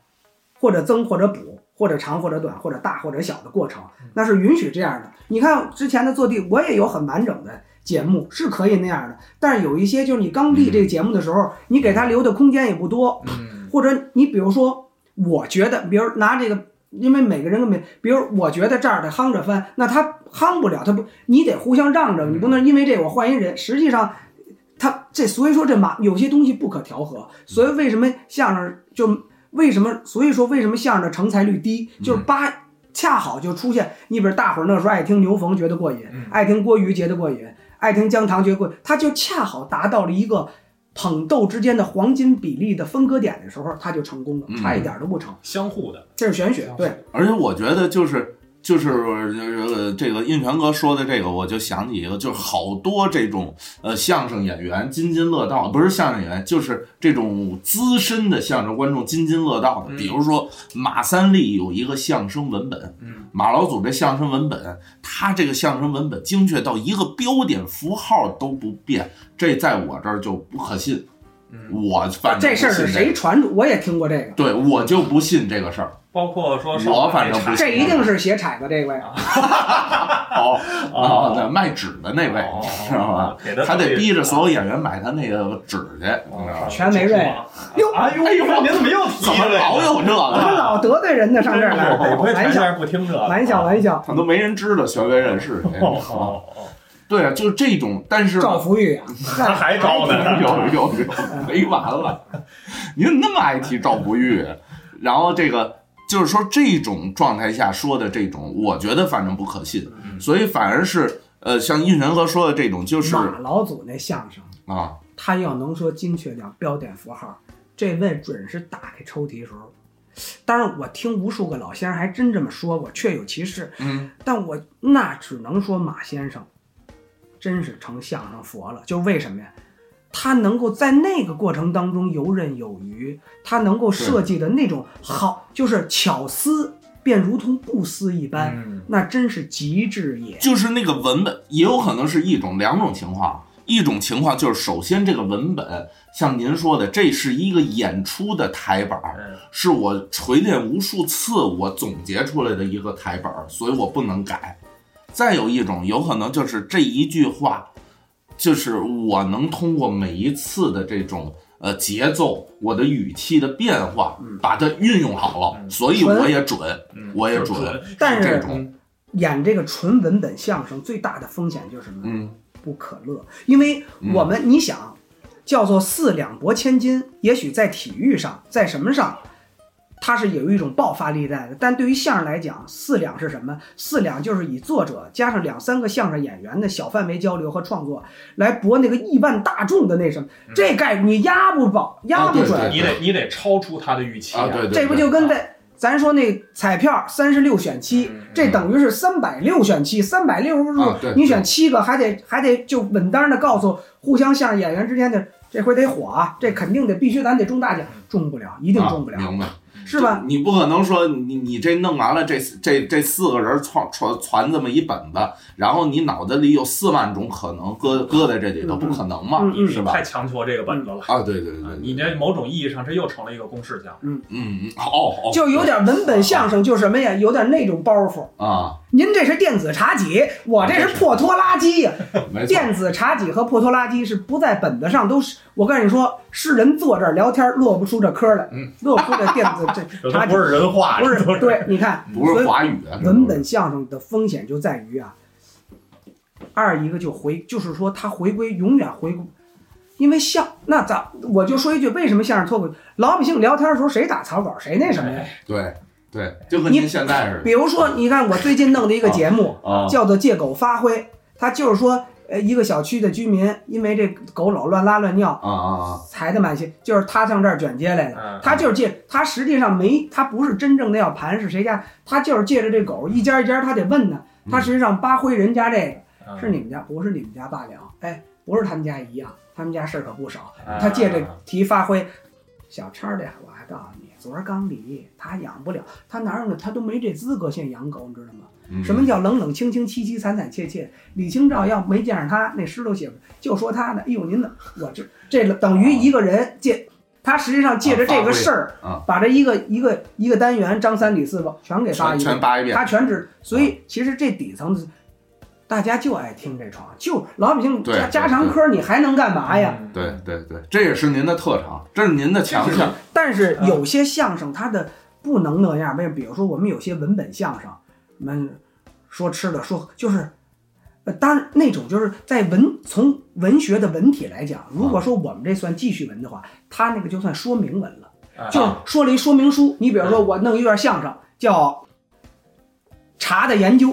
或者增或者补。或者长或者短或者大或者小的过程，那是允许这样的。你看之前的坐地，我也有很完整的节目是可以那样的，但是有一些就是你刚立这个节目的时候，你给他留的空间也不多，或者你比如说，我觉得，比如拿这个，因为每个人跟每，比如我觉得这儿得夯着翻，那他夯不了，他不，你得互相让着，你不能因为这我换一人，实际上。他这所以说这马有些东西不可调和，所以为什么相声就为什么所以说为什么相声的成才率低，就是八恰好就出现，你比如大伙儿那时候爱听牛逢觉得过瘾，爱听郭瑜觉得过瘾，爱听姜糖觉得过瘾，他就恰好达到了一个捧逗之间的黄金比例的分割点的时候，他就成功了，差一点都不成，
相互的，
这是玄学，对。
而且我觉得就是就是呃这个印泉哥说的这个，我就想起一个，就是好多这种呃相声演员津津乐道，不是相声演员，就是这种资深的相声观众津津乐
嗯
道的。比如说马三立有一个相声文本，
嗯
马老祖这相声文本，他这个相声文本精确到一个标点符号都不变，这在我这儿就不可信。
嗯
我反正
这事儿
嗯不信
是谁传出？我也听过这个，
对我就不信这个事儿，
包括说少
我反正
奶茶
啊不信。
这一定是写彩的这位啊。
哦哦，那卖纸的那位
哦
知道吧？
给他
他啊得逼着所
有
有演员买他那个纸去，你知道吗？
全没瑞
哟，哎呦，哎呦，您怎么又提
怎么老有这
我们
个？
老得罪人呢，上这儿来，
得亏
玩
陈
笑，
先生不听这个
玩笑，玩笑。
他都没人知道学为人 是谁。
哦哦哦，
对啊，就是这种，但是
赵福 玉啊，
他还高
有
呢，
有有没完了！你怎么那么爱提赵不遇？然后这个就是说这种状态下说的这种，我觉得反正不可信，所以反而是呃，像印泉哥说的这种，就是
马老祖那相声，
啊，
他要能说精确点标点符号，这位准是打开抽屉时候。当然，我听无数个老先生还真这么说过，确有其事。
嗯，
但我那只能说马先生，真是成相声佛了。就为什么呀？他能够在那个过程当中游刃有余，他能够设计的那种好，就是巧思便如同不思一般，那真是极致也。
嗯就是那个文本，也有可能是一种两种情况。一种情况就是，首先这个文本，像您说的，这是一个演出的台本儿，是我锤炼无数次我总结出来的一个台本儿，所以我不能改。再有一种，有可能就是这一句话，就是我能通过每一次的这种呃节奏，我的语气的变化，把它运用好了，所以我也准，我也准，
但
这
是
种，
演这个纯文本相声最大的风险就是什么？
嗯，
不可乐，因为我们、你想，叫做四两拨千斤，也许在体育上，在什么上，它是有一种爆发力在的。但对于相声来讲，四两是什么？四两就是以作者加上两三个相声演员的小范围交流和创作来搏那个亿万大众的那什么，这概率你压不保，压不
嗯啊对
准。
对
你得你得超出他的预期
啊，对对，
这不
对嗯
就跟在咱说那彩票三十六选七，这等于是三百六选七，三百六十
啊对
你选七个，还得还得就稳当的告诉互相相声演员之间的，这回得火啊，这肯定得必须咱得中大奖，中不了，一定嗯中不了，
啊、明白
是吧？？
你不可能说你你这弄完了这这这四个人创传传这么一本子，然后你脑子里有四万种可能搁搁在这里头，不可能嘛，
嗯嗯
是吧
太？强求这个本子了。
啊，对对对对，
你这某种意义上，这又成了一个公式项。
嗯嗯哦哦，
就有点文本相声，就是什么呀？有点那种包袱。
啊，
您这是电子茶几，我这是破拖拉机呀、
没 错，
电子茶几和破拖拉机是不在本子上，都是我跟你说，是人坐这儿聊天落不出这科来，
嗯
落不出这电子这
有
茶
的
几
不。是人话，
不是
这都，
对，你看，
不是华语啊，
文本相声的风险就在于啊，二一个就回，就是说它回归永远回归，因为相那咋我就说一句，为什么相声脱轨？老百姓聊天的时候谁打草稿谁那什么呀？
对对，就跟您现在似
比如说，你看我最近弄的一个节目，
的啊，
叫做借狗发挥，它就是说，呃，一个小区的居民因为这狗老乱拉乱尿，
啊啊啊，
踩的满街，就是他上这儿卷街来了
嗯。
他就是借，他实际上没，他不是真正的要盘是谁家，他就是借着这狗一家一家，他得问呢。他实际上扒灰人家这个
嗯
是你们家，不是你们家罢了。哎，不是他们家一样，他们家事儿可不少。
嗯
他借这题发挥，小超这我还告诉你，昨儿刚离，他养不了，他哪有他都没这资格现在养狗，你知道吗？
嗯
什么叫冷冷清清、凄凄惨惨切切？李清照要没见上他，那诗都写不，就说他呢。哎呦，您怎么我这这等于一个人借，他实际上借着这个事儿
啊发挥啊，
把这一个一个一个单元张三李四吧全给发
全
一遍
全，扒一遍
他全知。所以其实这底层大家就爱听这床，就老百姓
对
家
对
家常嗑，你还能干嘛呀？
对对对，这也是您的特长，这是您的强项。
但是有些相声它的不能那样，为什么比如说我们有些文本相声，我们说吃的说就是，呃，当然那种就是在文从文学的文体来讲，如果说我们这算记叙文的话，它那个就算说明文了，
啊
就说了一说明书。你比如说我弄一段相声叫《茶的研究》，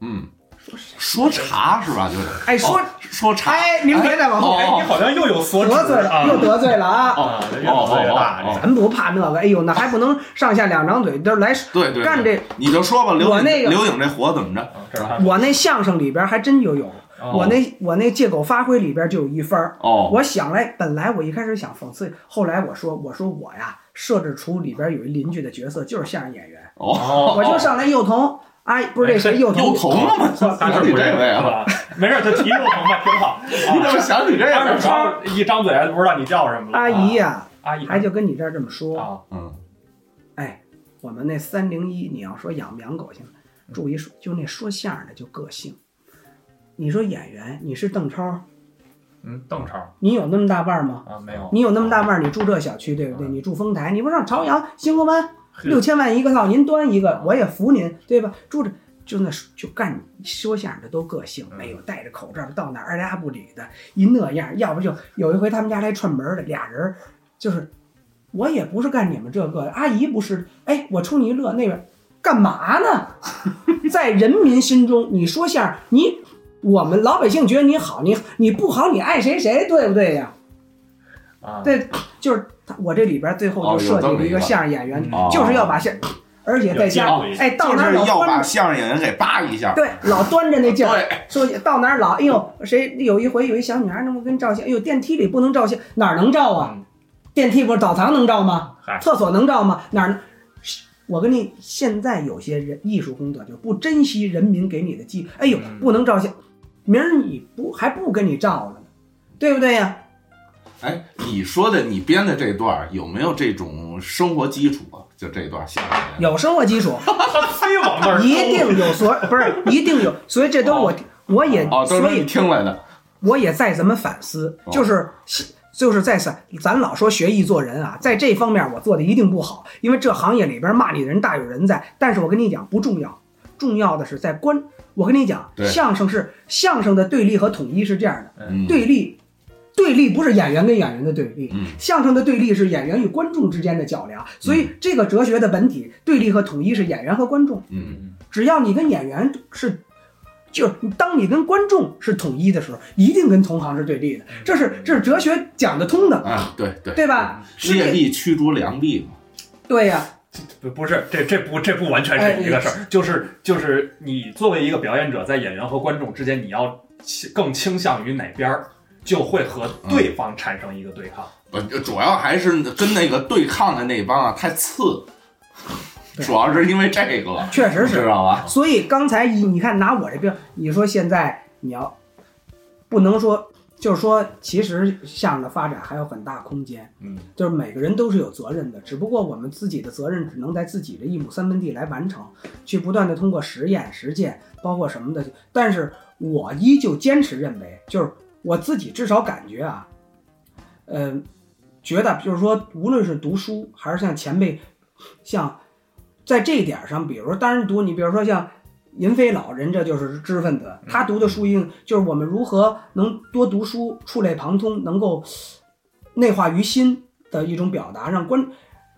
嗯，说茶是吧？就是哦
哎，说
说茶。
哎，您别再往后
哎
哎，你好像又有所指
得罪了，又得罪了啊！
啊，越说越大，
哦哦哦哦
咱不怕那个，哎呦，那还不能上下两张嘴，就是来
对对，
干
对
这。
你就说吧，刘
我
颖
那个
刘颖这活怎么着？
啊这还
我那相声里边还真就有，我那我那借口发挥里边就有一分儿。
哦，
我想来，本来我一开始想讽刺，后来我说我说我呀，设置出里边有一邻居的角色就是相声演员，
哦，
我就上来幼童，哎，不是这谁幼
幼
童，
童了吗？
哦他
想
是
起
不
这
认
位
是
了，
吧？没事，就提入棚吧，挺好。啊
你怎么想起这
他
个
是主
了？
要一张嘴还不知道你叫什么了。啊
阿姨
啊
呀，
阿姨
还就跟你这儿这么说，
啊，
嗯，
哎，我们那三零一，你要说养不养狗行，注意说就那说相声的就个性。你说演员，你是邓超，
嗯，邓超
你有那么大腕儿吗？
啊，没有，嗯
你有那么大腕儿，你住这小区对不对？你住丰台，你不上朝阳、新河湾，六千万一个套，您端一
嗯
个，我也服您，对吧？住着就那就干说相声的都个性，
嗯
没有戴着口罩到哪儿二家不理的，一那样，要不就有一回他们家来串门儿的俩人儿，就是我也不是干你们这个，阿姨不是，哎，我冲你一乐，那边干嘛呢？ 在人民心中，你说相声，你我们老百姓觉得你好，你你不好，你爱谁谁，对不对呀？
啊，
对，就是他我这里边最后就设计哦了一个相声演员，
哦有这么一个
就是要把相，而且在家
有见，过
哎，到
就
哪儿
是
老
要把
端着，
相声演员给扒一下。
对，老端着那劲儿，
对，
说到哪儿老，哎呦，谁有一回有一小女孩，那么跟照相，哎呦，电梯里不能照相，哪儿能照啊
嗯？
电梯不是澡堂能照吗
嗨？
厕所能照吗？哪儿能？我跟你现在有些人艺术工作者不珍惜人民给你的机，哎呦，不能照相，明儿你不还不跟你照了呢，对不对呀？
哎，你说的你编的这段儿有没有这种生活基础啊？就这段相声演员，
有生活基础，
他非往那儿
一定有所不是一定有，所以这都我我也
哦，都
所
是你
以
听来的。
我也在怎么反思，
哦
就是就是在咱咱老说学艺做人啊，在这方面我做的一定不好，因为这行业里边骂你的人大有人在，但是我跟你讲不重要，重要的是在观，我跟你讲
对
相声是相声的对立和统一是这样的，
嗯，
对立。对立不是演员跟演员的对立，
嗯
相声的对立是演员与观众之间的较量，所以这个哲学的本体对立和统一是演员和观众。
嗯，
只要你跟演员是，就是当你跟观众是统一的时候，一定跟同行是对立的，这是这是哲学讲得通的，
啊，对对，
对吧？世
劣
界
币驱逐良币嘛。
对呀、
不不是，这这不这不完
哎
全是一个事儿，就是就是你作为一个表演者，在演员和观众之间，你要倾更倾向于哪边儿，就会和
嗯
对方产生一个对抗。
不，呃主要还是跟那个对抗的那帮啊太次，
对
主要是因为这个了，
确实是
知。道吧？
所以刚才你你看拿我这标，你说现在你要不能说，就是说，其实相声的发展还有很大空间。
嗯，
就是每个人都是有责任的，只不过我们自己的责任只能在自己的一亩三分地来完成，去不断的通过实验、实践，包括什么的。但是我依旧坚持认为，就是我自己至少感觉啊，嗯、觉得就是说，无论是读书还是像前辈，像在这一点上，比如说当然读你，比如说像银飞老人，这就是知识分子，他读的书一定就是我们如何能多读书，触类旁通，能够内化于心的一种表达，让观，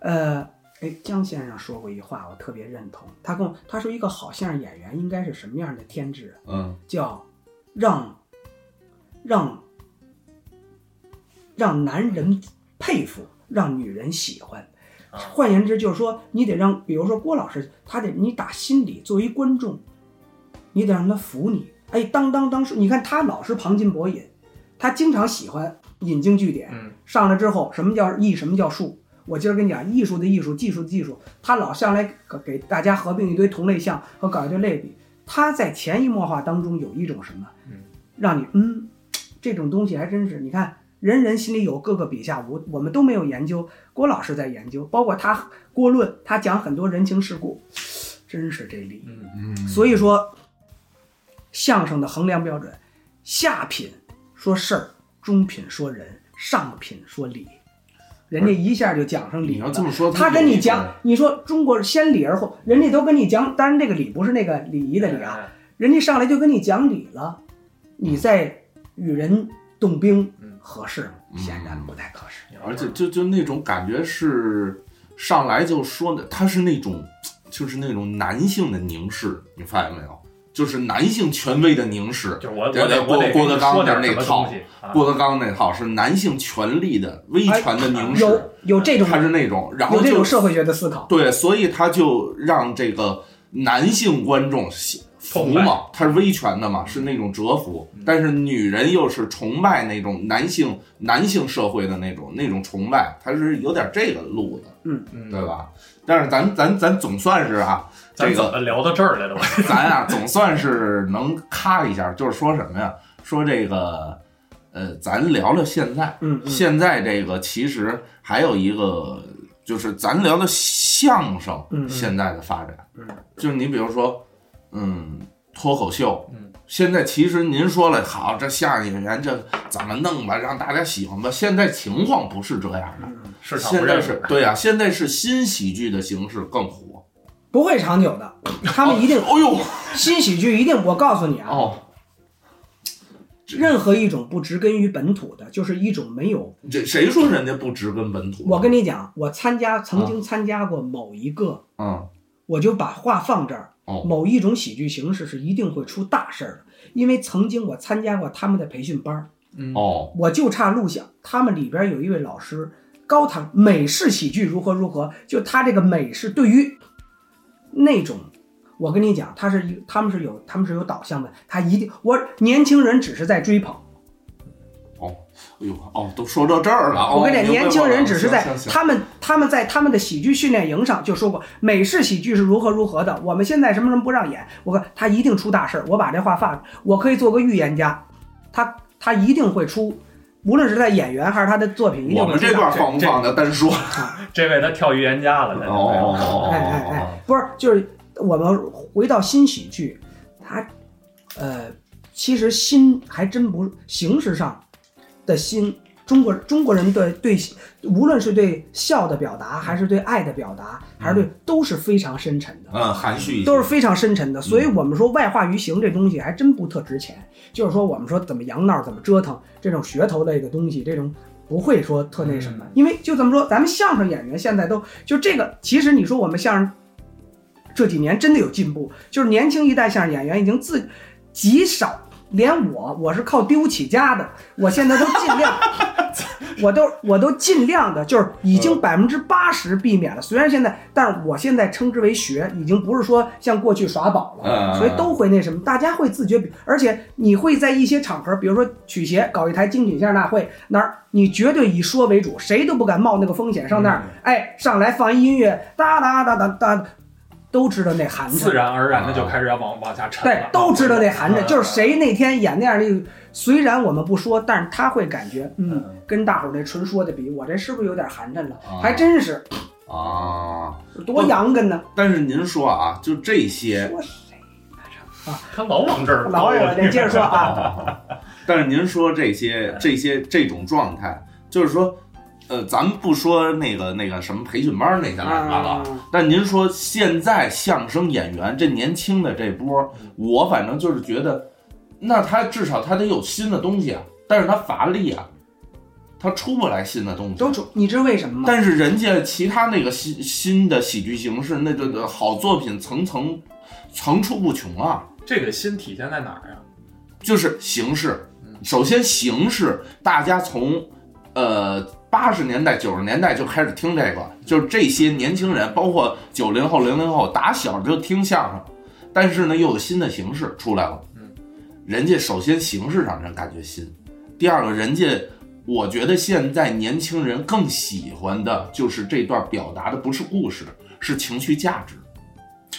呃，哎，江先生说过一句话，我特别认同，他跟我他说一个好相声演员应该是什么样的天职啊？
嗯，
叫让让让男人佩服，让女人喜欢。换言之，就是说你得让，比如说郭老师，他得你打心里作为观众，你得让他服你。哎，当当当说，你看他老是旁金博引，他经常喜欢引经据典。
嗯
上来之后，什么叫艺，什么叫术？我今儿跟你讲，艺术的艺术，技术的技术，他老上来给给大家合并一堆同类项和搞一堆类比，他在潜移默化当中有一种什么
嗯，
让你嗯，这种东西还真是，你看人人心里有，个个笔下无，我们都没有研究，郭老师在研究，包括他郭论，他讲很多人情世故，真是这理。
嗯
所以说，相声的衡量标准，下品说事儿，中品说人，上品说理。人家一下就讲上
你
理
要
了
这。么说，
他跟你
嗯
讲，你说中国先礼而后，人家都跟你讲，当然这个礼不是那个礼仪的礼
哎
啊，人家上来就跟你讲理了，你再与人动兵
嗯
合适吗？
嗯嗯
显然不太合适。
而且就就那种感觉是上来就说的，他是那种就是那种男性的凝视，你发现没有？就是男性权威的凝视，
就是我我
对
得
对
我得
郭郭德纲
说
的
点
那
什么
套
东西啊
郭德纲那套是男性权力的威权的凝视，
哎有有这种
他是那种，然后
有这
就
种社会学的思考，
对，所以他就让这个男性观众喜服
崇拜
嘛，他是威权的嘛，是那种折服，
嗯
但是女人又是崇拜那种男性男性社会的那种那种崇拜，他是有点这个路的，
嗯
对吧？但是咱咱咱总算是啊，
咱
这
怎
个
么聊到这儿来了？
咱啊总算是能咔一下，就是说什么呀？说这个呃，咱聊聊现在，
嗯，嗯
现在这个其实还有一个，就是咱聊的相声
嗯嗯
现在的发展，
嗯
就是你比如说，嗯，脱口秀，
嗯
现在其实您说了，好，这相声演员这怎么弄吧，让大家喜欢吧，现在情况不是这样的，
市场不
现在
认识
是对呀、啊现在是新喜剧的形式更火，
不会长久的， 他们一定
哦呦，
新喜剧一定，我告诉你啊，
哦，
任何一种不植根于本土的，就是一种没有。
这谁说人家不植根本土？啊
我跟你讲，我参加曾
哦
经参加过某一个，
嗯
我就把话放这儿。
哦
某一种喜剧形式是一定会出大事儿的，因为曾经我参加过他们的培训班儿，
哦
我就差录像。他们里边有一位老师高谈美式喜剧如何如何，就他这个美式对于那种，我跟你讲，他是一他们是有他们是有导向的，他一定我年轻人只是在追捧，
哎呦哦，都说到这儿了，哦
我跟你讲，
明白
年轻人
了
只是在
行行行
他们他们在他们的喜剧训练营上就说过，美式喜剧是如何如何的，我们现在什么什么不让演，我看他一定出大事儿。我把这话放，我可以做个预言家，他他一定会出，无论是在演员还是他的作品，一
我
定
们
会
这
出
段
大事儿。
放不放的单说。
这位他跳预言家了，
哦
他就
哦
哎哎哎，不是，就是我们回到新喜剧，它呃，其实新还真不形式上的新。中国中国人对对，无论是对笑的表达，还是对爱的表达，还是对，都是非常深沉的，
嗯，含蓄一些，
都是非常深
嗯
沉的。所以我们说外化于形这东西还真不特值钱，就是说我们说怎么洋闹、怎么折腾这种噱头类的东西，这种不会说特那什么，
嗯
因为就这么说，咱们相声演员现在都就这个，其实你说我们相声这几年真的有进步，就是年轻一代相声演员已经自极少。连我，我是靠丢起家的，我现在都尽 量，我都我都尽量的，就是已
嗯
经百分之八十避免了。虽然现在，但是我现在称之为学，已经不是说像过去耍宝
嗯嗯
了，
嗯
所以都会那什么，大家会自觉，而且你会在一些场合，比如说曲协搞一台精品相声大会，那儿你绝对以说为主，谁都不敢冒那个风险上那儿，
嗯
哎，上来放一音乐，哒哒哒哒哒，都知道那寒碜，
自然而然的就开始要往往下沉
对
了，，
都知道那含着，
嗯
就是谁那天演那样的一个，虽然我们不说，但是他会感觉，嗯，跟大伙儿那纯说的比，我这是不是有点寒碜了？
啊
还真是，
啊。
多洋根呢！
但是您说啊，就这些，
说谁
他老往这儿跑
老我这接着说啊，
但是您说这些这些这种状态，就是说，呃，咱们不说那个那个什么培训班那些乱七八糟，
啊，
但您说现在相声演员这年轻的这波，我反正就是觉得，那他至少他得有新的东西啊，但是他乏力啊，他出不来新的东西，啊
都出，你知道为什么吗？
但是人家其他那个新新的喜剧形式，那个好作品层层层出不穷啊，
这个心体现在哪儿啊？
就是形式
嗯。
首先形式，大家从呃八十年代、九十年代就开始听这个，就是这些年轻人，包括九零后、零零后，打小就听相声，但是呢又有新的形式出来了。
嗯，
人家首先形式上让人感觉新，第二个人家。我觉得现在年轻人更喜欢的就是这段表达的不是故事，是情绪价值。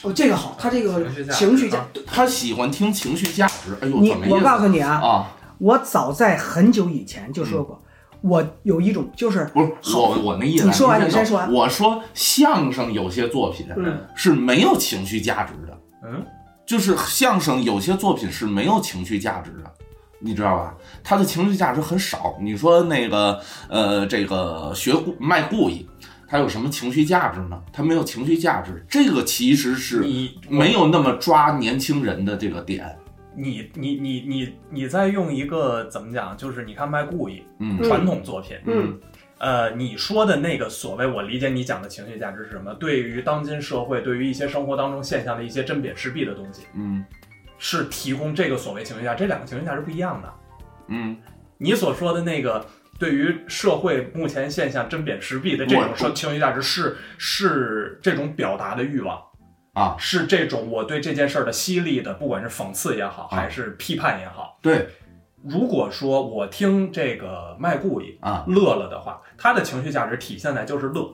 哦，这个好，他这个
情绪价值
情绪价
啊，
他喜欢听情绪价值。哎呦，
你
怎么意
我
思
告诉你啊，
啊，
我早在很久以前就说过，我有一种就是
不是
好
我我那意思啊，
你说完
先
你先说完
我说相声有些作品
嗯
是没有情绪价值的，
嗯，
就是相声有些作品是没有情绪价值的，你知道吧？它的情绪价值很少。你说那个呃，这个学故卖故意，它有什么情绪价值呢？它没有情绪价值，这个其实是
你
没有那么抓年轻人的这个点。
你你你你你在用一个怎么讲？就是你看卖故意
嗯
传统作品，
嗯
呃，你说的那个所谓我理解你讲的情绪价值是什么？对于当今社会，对于一些生活当中现象的一些针砭时弊的东西，
嗯
是提供这个所谓情绪价值，这两个情绪价值不一样的。
嗯，
你所说的那个对于社会目前现象针砭时弊的这
我
种说情绪价值是是这种表达的欲望
啊
是这种我对这件事儿的犀利的，不管是讽刺也好，
啊
还是批判也好。
对
如果说我听这个卖故意
啊
乐了的话，他的情绪价值体现在就是乐，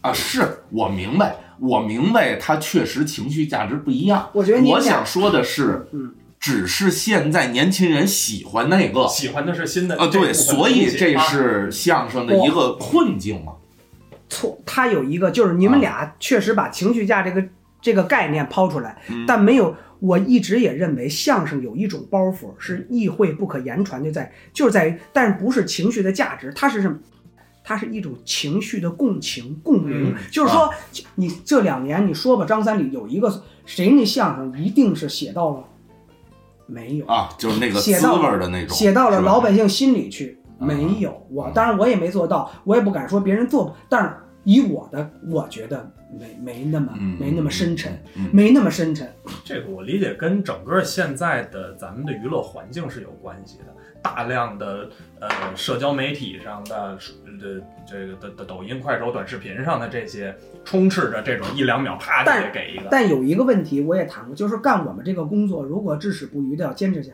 啊，是我明白，我明白，它确实情绪价值不一样。
我觉得你
我
俩
想说的是，
嗯，
只是现在年轻人喜欢那个
喜欢的是新的
哦啊，
这部
对，
分
所
东
以
西
这
啊
是相声的一个困境嘛。
错，他有一个就是你们俩确实把情绪价这个这个概念抛出来，但没有。我一直也认为相声有一种包袱是意会不可言传，就在就是在于，但是不是情绪的价值，它是什么？它是一种情绪的共情共鸣。就是说，你这两年你说吧，张三李有一个谁那相声一定是写到了没有？
啊，就是那个
写
滋
到
味儿的那种，
写到了
是吧
老百姓心里去。
嗯
没有，我当然我也没做到，我也不敢说别人做，但是以我的，我觉得没没那么
嗯
没那么深沉，
嗯嗯
没那么深沉。
这个我理解跟整个现在的咱们的娱乐环境是有关系的，大量的呃社交媒体上的呃这个的的抖音、快手、短视频上的这些充斥着这种一两秒啪就
但
得给一个，
但有一个问题我也谈过，就是干我们这个工作，如果至死不渝的要坚持下，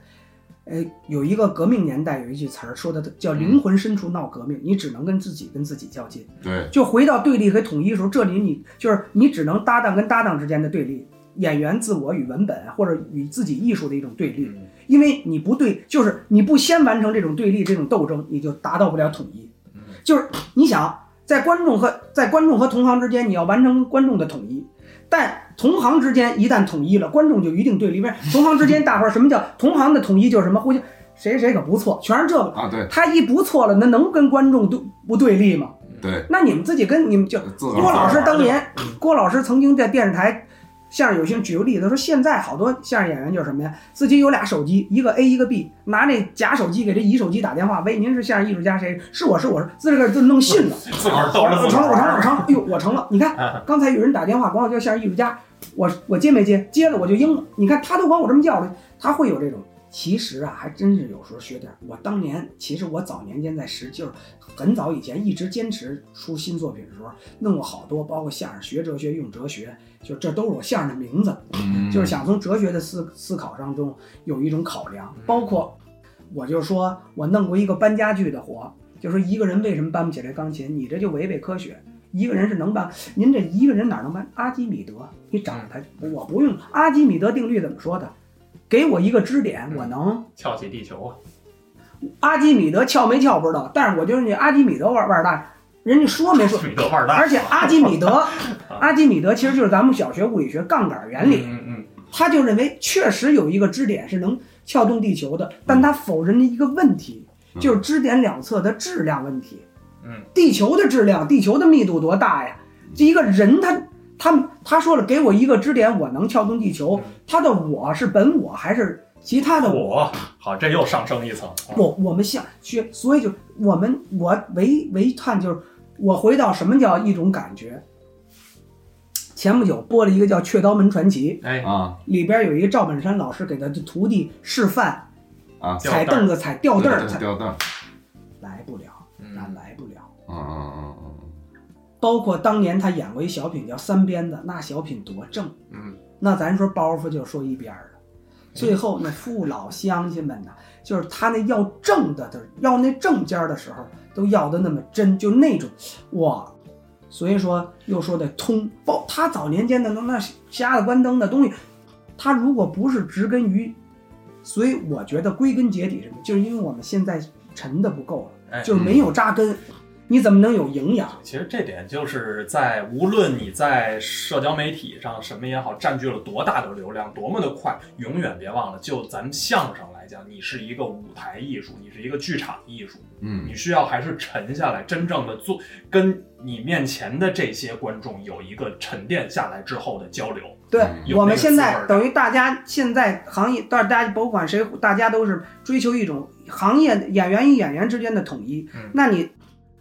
呃，有一个革命年代有一句词儿说的叫“
嗯
灵魂深处闹革命”，你只能跟自己跟自己较劲。
嗯对，
就回到对立和统一的时候，这里你就是你只能搭档跟搭档之间的对立，演员自我与文本啊或者与自己艺术的一种对立，
嗯
因为你不对，就是你不先完成这种对立、这种斗争，你就达到不了统一
嗯。
就是你想在观众和在观众和同行之间，你要完成观众的统一，但同行之间一旦统一了，观众就一定对立。为同行之间，大伙儿什么叫同行的统一？就是什么互相谁谁谁可不错，全是这个。
啊，对
他一不错了，那能跟观众对不对立吗？
对，
那你们自己跟你们就
自个儿
郭老师当年
嗯，
郭老师曾经在电视台相声有星举个例子，说现在好多相声演员就是什么呀，自己有俩手机，一个 A 一个 B，拿那假手机给这乙手机打电话，喂，您是相声艺术家谁？是我是我是，自个儿就弄信 了，
自个儿逗着
我
自
成
个
了我成了我
儿。
成了，哎呦我成了！你
嗯
看刚才有人打电话管我叫相声艺术家，我我接没接？接了我就应了。你看他都管我这么叫了，他会有这种。其实啊，还真是有时候学点儿。我当年，其实我早年间在实，就是很早以前一直坚持出新作品的时候，弄过好多，包括相声学哲学、用哲学，就这都是我相声的名字，
嗯
就是想从哲学的思思考当中有一种考量。包括我就说我弄过一个搬家具的活，就说一个人为什么搬不起来钢琴？你这就违背科学。一个人是能搬，您这一个人哪能搬？阿基米德，你找他，我不用阿基米德定律怎么说的？给我一个支点，我能。
翘起地球啊！
阿基米德翘没翘不知道，但是我就是你阿基米德腕儿腕儿大，人家说没说？
米德腕大，
而且阿基米德，阿基米德其实就是咱们小学物理学杠杆原理，
嗯嗯
他就认为确实有一个支点是能撬动地球的，但他否认了一个问题，
嗯
就是支点两侧的质量问题。
嗯，
地球的质量，地球的密度多大呀？这一个人他他他说了，给我一个支点，我能撬动地球。他的我是本我还是其他的
嗯，
我？
我好，这又上升一层。
我我们想学，所以就我们我唯唯叹就是我回到什么叫一种感觉。前不久播了一个叫《雀刀门传奇
哎，
啊》，
里边有一个赵本山老师给他的徒弟示范
啊，
吊
踩
凳儿
凳子、踩吊凳儿，
对
踩
吊凳儿，
来不了，那来不了。
嗯嗯嗯嗯
包括当年他演过一小品叫《三鞭子》，那小品多正。
嗯，
那咱说包袱就说一边儿了。最后那父老乡亲们呐，就是他那要正的的，要那正尖儿的时候，都要的那么真，就那种哇。所以说又说的通，包他早年间的那那瞎子关灯的东西，他如果不是植根于，所以我觉得归根结底什么，就是因为我们现在沉的不够了，
哎
就是没有扎根。你怎么能有营养？
其实这点就是在无论你在社交媒体上什么也好，占据了多大的流量，多么的快，永远别忘了，就咱们相声来讲，你是一个舞台艺术，你是一个剧场艺术，
嗯
你需要还是沉下来，真正的做跟你面前的这些观众有一个沉淀下来之后的交流。
对
嗯
有
我
那
们
个
现
滋味
在
儿
等于大家现在行业，但是大家甭管谁，大家都是追求一种行业演员与演员之间的统一。
嗯
那你，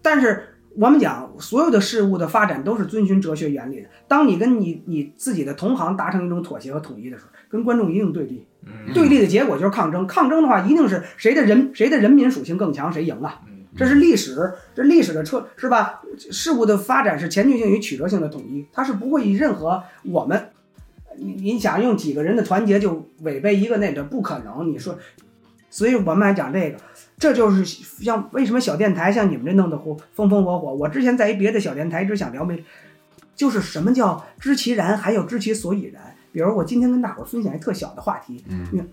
但是我们讲所有的事物的发展都是遵循哲学原理的。当你跟你你自己的同行达成一种妥协和统一的时候，跟观众一定对立，
嗯
对立的结果就是抗争。抗争的话，一定是谁的人谁的人民属性更强，谁赢啊。
嗯
这是历史，这历史的车是吧？事物的发展是前进性与曲折性的统一，它是不会以任何我们，你你想用几个人的团结就违背一个那个不可能。你说，所以我们还讲这个，这就是像为什么小电台像你们这弄得火风风火火。我之前在一别的小电台一直想聊没，就是什么叫知其然，还有知其所以然。比如我今天跟大伙儿分享一特小的话题，
嗯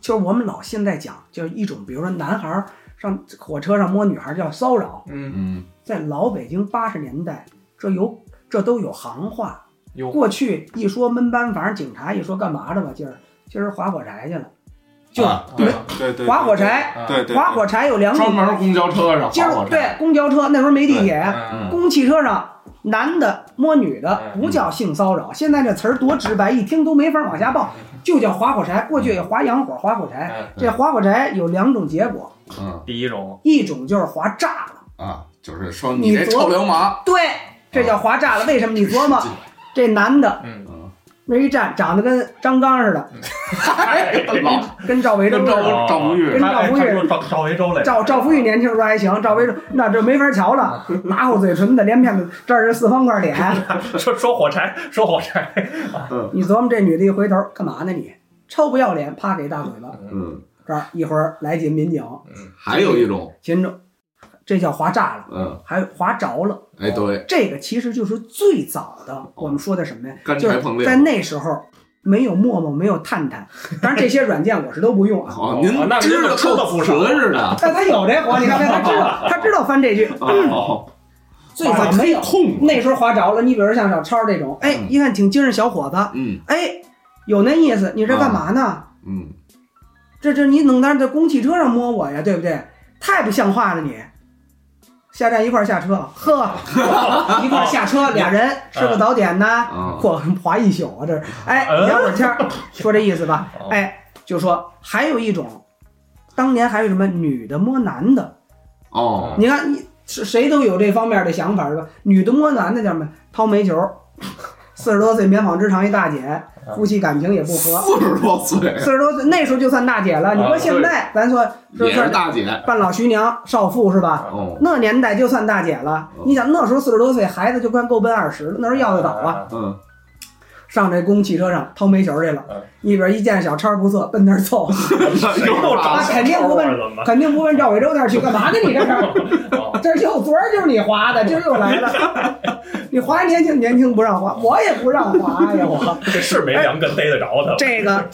就是我们老现在讲，就是一种，比如说男孩儿上火车上摸女孩儿叫骚扰，
嗯，
嗯
在老北京八十年代，这有这都有行话。
有
过去一说闷班房，警察一说干嘛的吧，今儿今儿划火柴去了，就
啊
对
对对，
划火柴，
啊
对，对对，
划火柴有两
专
种，
门公交车上
今
划
儿
火柴，
对公交车那时候没地铁，
嗯
嗯
公汽车上男的摸女的
嗯
不叫性骚扰，现在这词儿多直白，一听都没法往下报，就叫划火柴。过去也划洋火，划火柴。
嗯
这划火柴有两种结果，
嗯
第一种
一种就是划炸了，
啊，就是说
你
你这
琢
臭流氓，
对，这叫划炸了。为什么？你 琢磨，
啊
这男的
嗯
那一站长得跟张刚似的，
哎 老
跟赵维
跟
洲似的。
赵赵无
跟
欲
赵
哎
薇
他说赵赵维洲来着
赵赵福玉年轻时候还行，赵维洲那这没法瞧了，马后嘴唇子，连片子，这儿是四方块脸。
说说火柴，说火柴，
你琢磨这女的一回头干嘛呢你？臭不要脸，啪给一大嘴巴。
嗯，
这儿一会儿来几民警，
还有一种，
秦着，这叫划炸了，
嗯，
还划着了。
哎对，
这个其实就是最早的我们说的什么呀？
干
就
柴
是
碰烈
在那时候没有陌陌，没有探探，当然这些软件我是都不用啊。
好，您
哦那您
知道
可吃得
够
不
瓷
少
实的，
但他有这活，你看他知道，他知道翻这句。
嗯
哦，
最早没有，
控，
那时候划着了。你比如像小超这种，哎，一看挺精神小伙子，
嗯
哎，有那意思。你这干嘛呢？
嗯，
这这你弄在这公汽车上摸我呀，对不对？太不像话了你。下站一块儿下车，呵， 一块儿下车，俩人吃个早点呐，
啊
嚯，划一宿啊，这是，哎，
嗯
聊会儿天儿，说这意思吧，哎，就说还有一种，当年还有什么女的摸男的，
哦，
你看，你是谁都有这方面的想法是吧？女的摸男的叫什么？掏煤球。四十多岁棉纺织厂一大姐，夫妻感情也不和。
四十多
哎
岁
四十多岁那时候就算大姐了，你
啊
说现在咱说就
也是
算
大姐，
半老徐娘少妇是吧？
嗯
哦，
那年代就算大姐了。你想那时候四十多岁，孩子就快够奔二十了，那时候要得早啊。
嗯，
上这公汽车上掏煤球去了
嗯，
一边一见小超不错，奔那儿凑，
谁又找
他
小
肯定不
偷
问
儿怎么办？
肯定不问赵伟洲那儿去干 嘛呢？你这是？
哦
这就昨儿就是你 划的，今儿又来了。 你划年轻年轻不让划，我也不让划呀， 我
这是没两根逮得着他，
这个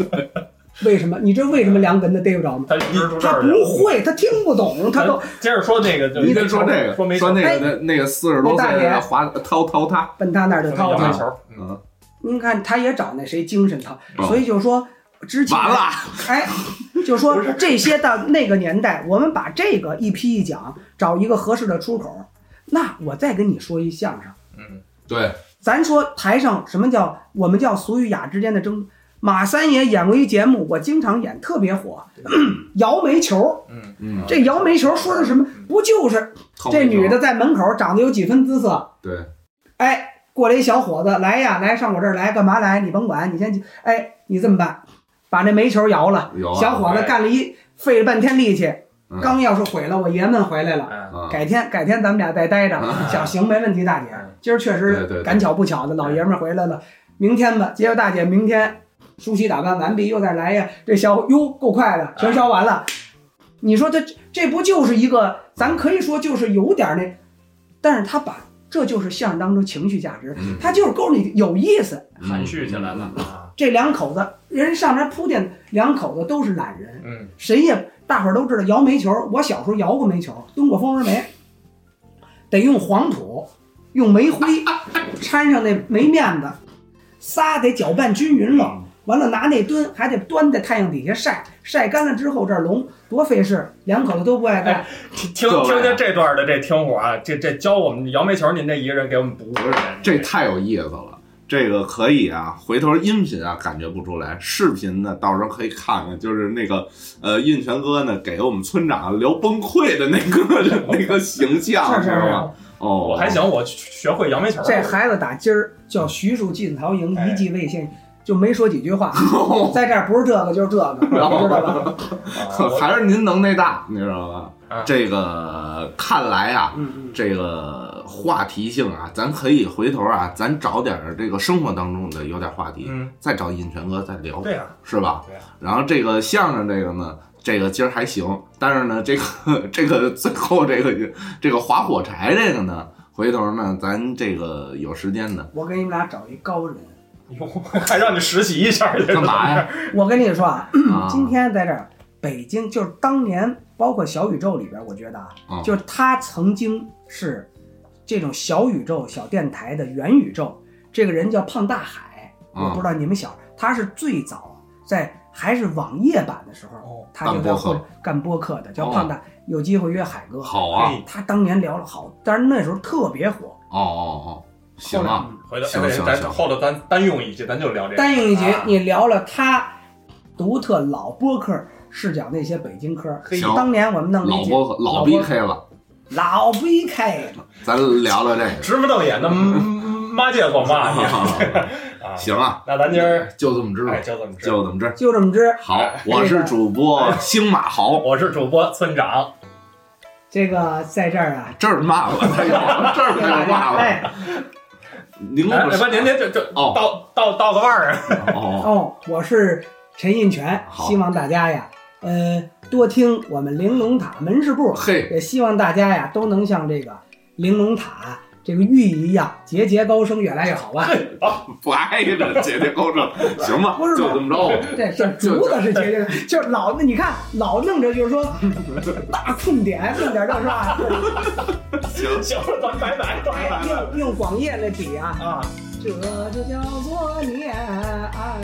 为什么？你知道为什么梁根他逮不着吗？
他知道这
他
儿
不
去了。
会，他听不懂，他都
接着说那个，就
你得说这个，
说没
说
球，
那个那那个四十多岁
哎那大
的
姐
华掏掏他，
奔他那儿就掏
那个没
去了。
了
球，嗯
嗯，
您看，他也找那谁精神他，
嗯
所以就说之前
完了，
哎，就说这些到那个年代，我们把这个一批一讲，找一个合适的出口。那我再跟你说一相声。
对，
咱说台上什么叫我们叫俗与雅之间的争。马三爷演过一节目，我经常演，特别火， 摇煤球。
嗯
嗯，
这摇煤球说的什么？不就是
掏
这
煤球
女的，在门口长得有几分姿色？
对，
哎，过来一小伙子，来呀，来上我这儿来，干嘛来？你甭管，你先去。哎，你这么办，把那煤球摇了。
有啊
小伙子
哎
干了一费了半天力气，
嗯
刚要是毁了，我爷们回来了。
嗯
啊
改天改天咱们俩再待着，想行没问题，大姐
嗯。
今儿确
对对
实
对
赶巧不巧的，老爷们儿回来了，明天吧。结果大姐明天梳洗打扮完毕，又再来呀。这小伙哟够快
啊
的，全烧完了。你说这这不就是一个，咱可以说就是有点那，但是他把这就是相声当中情绪价值，
嗯
他就是勾你有意思。
含蓄起来了啊，
这两口子人上这铺垫，两口子都是懒人，
嗯
谁也大伙儿都知道摇煤球，我小时候摇过煤球，蹲过风儿煤。得用黄土，用煤灰掺上那煤面子，仨得搅拌均匀了。完了拿那墩还得端在太阳底下晒，晒干了之后这笼多费事，两口子都不爱干。
听听
各位
听这段的这听伙啊，这这教我们杨梅球，您这一个人给我们补五个人，
这太有意思了。这个可以啊，回头音频啊感觉不出来，视频呢到时候可以看看，就是那个呃印泉哥呢给我们村长聊崩溃的那个 那个形象，
是是
知
是
道吗？哦，
我还想我学会杨梅球了，
这孩子打今儿叫徐庶进曹营，
哎
一计未现，就没说几句话。在这儿不是这个就是这个，知道吧？
啊
还是您能耐大，你知道吧？
啊
这个看来啊，
嗯嗯，
这个话题性啊，咱可以回头啊，咱找点儿这个生活当中的有点话题，
嗯，
再找尹泉哥再聊，
对啊，
是吧？
对啊
然后这个相声这个呢，这个今儿还行，但是呢，这个这个最后这个这个划火柴这个呢，回头呢，咱这个有时间 呢，
我给你们俩找一高人。
哟，还让你实习一下去，
干嘛呀？
我跟你说啊，
啊，
今天在这儿，北京就是当年，包括小宇宙里边，我觉得啊
嗯，
就是他曾经是这种小宇宙、小电台的元宇宙。这个人叫胖大海，我
嗯
不知道你们小，他是最早在还是网页版的时候，他就在
干播客哦
会干播客的，叫胖大。有机会约海哥，
好啊，
他当年聊了好，但是那时候特别火。
哦哦哦，行
后来
啊，
回头
行
哎
行
咱
行
后头咱单用一集，咱就聊这个。
单用一集
啊，
你聊了他独特老播客视角那些北京科。
行
当年我们弄了
老
一集
播客老 BK 了，
老 BK，
咱聊聊这个。
直不瞪眼的骂街我骂你 啊！
行啊，
那咱今儿
就这么知道
哎，，就这么哎着。
嗯就这么知。
就这么知。
好，我是主播星马豪，
我是主播村长，
这个在这儿啊，
这儿骂我，哎呦这儿没有骂我。
哎
您给
哎，
我
不，您您这这
嗯哦
倒倒倒个腕儿啊！
哦，
哦，我是陈印泉，
好
希望大家呀，呃，多听我们玲珑塔门市部，
嘿，
也希望大家呀都能像这个玲珑塔这个寓意一样，节节高升，越来越好吧。
不挨着姐姐勾着，行吧，
不是
就这么着吧。
对，这
就
竹子是绝对的，就是老那你看老弄着就是说大痛点，弄点就是啊吧，
行了，咱拜拜，拜拜。
用用广业来比啊，
啊，
这就叫做年安。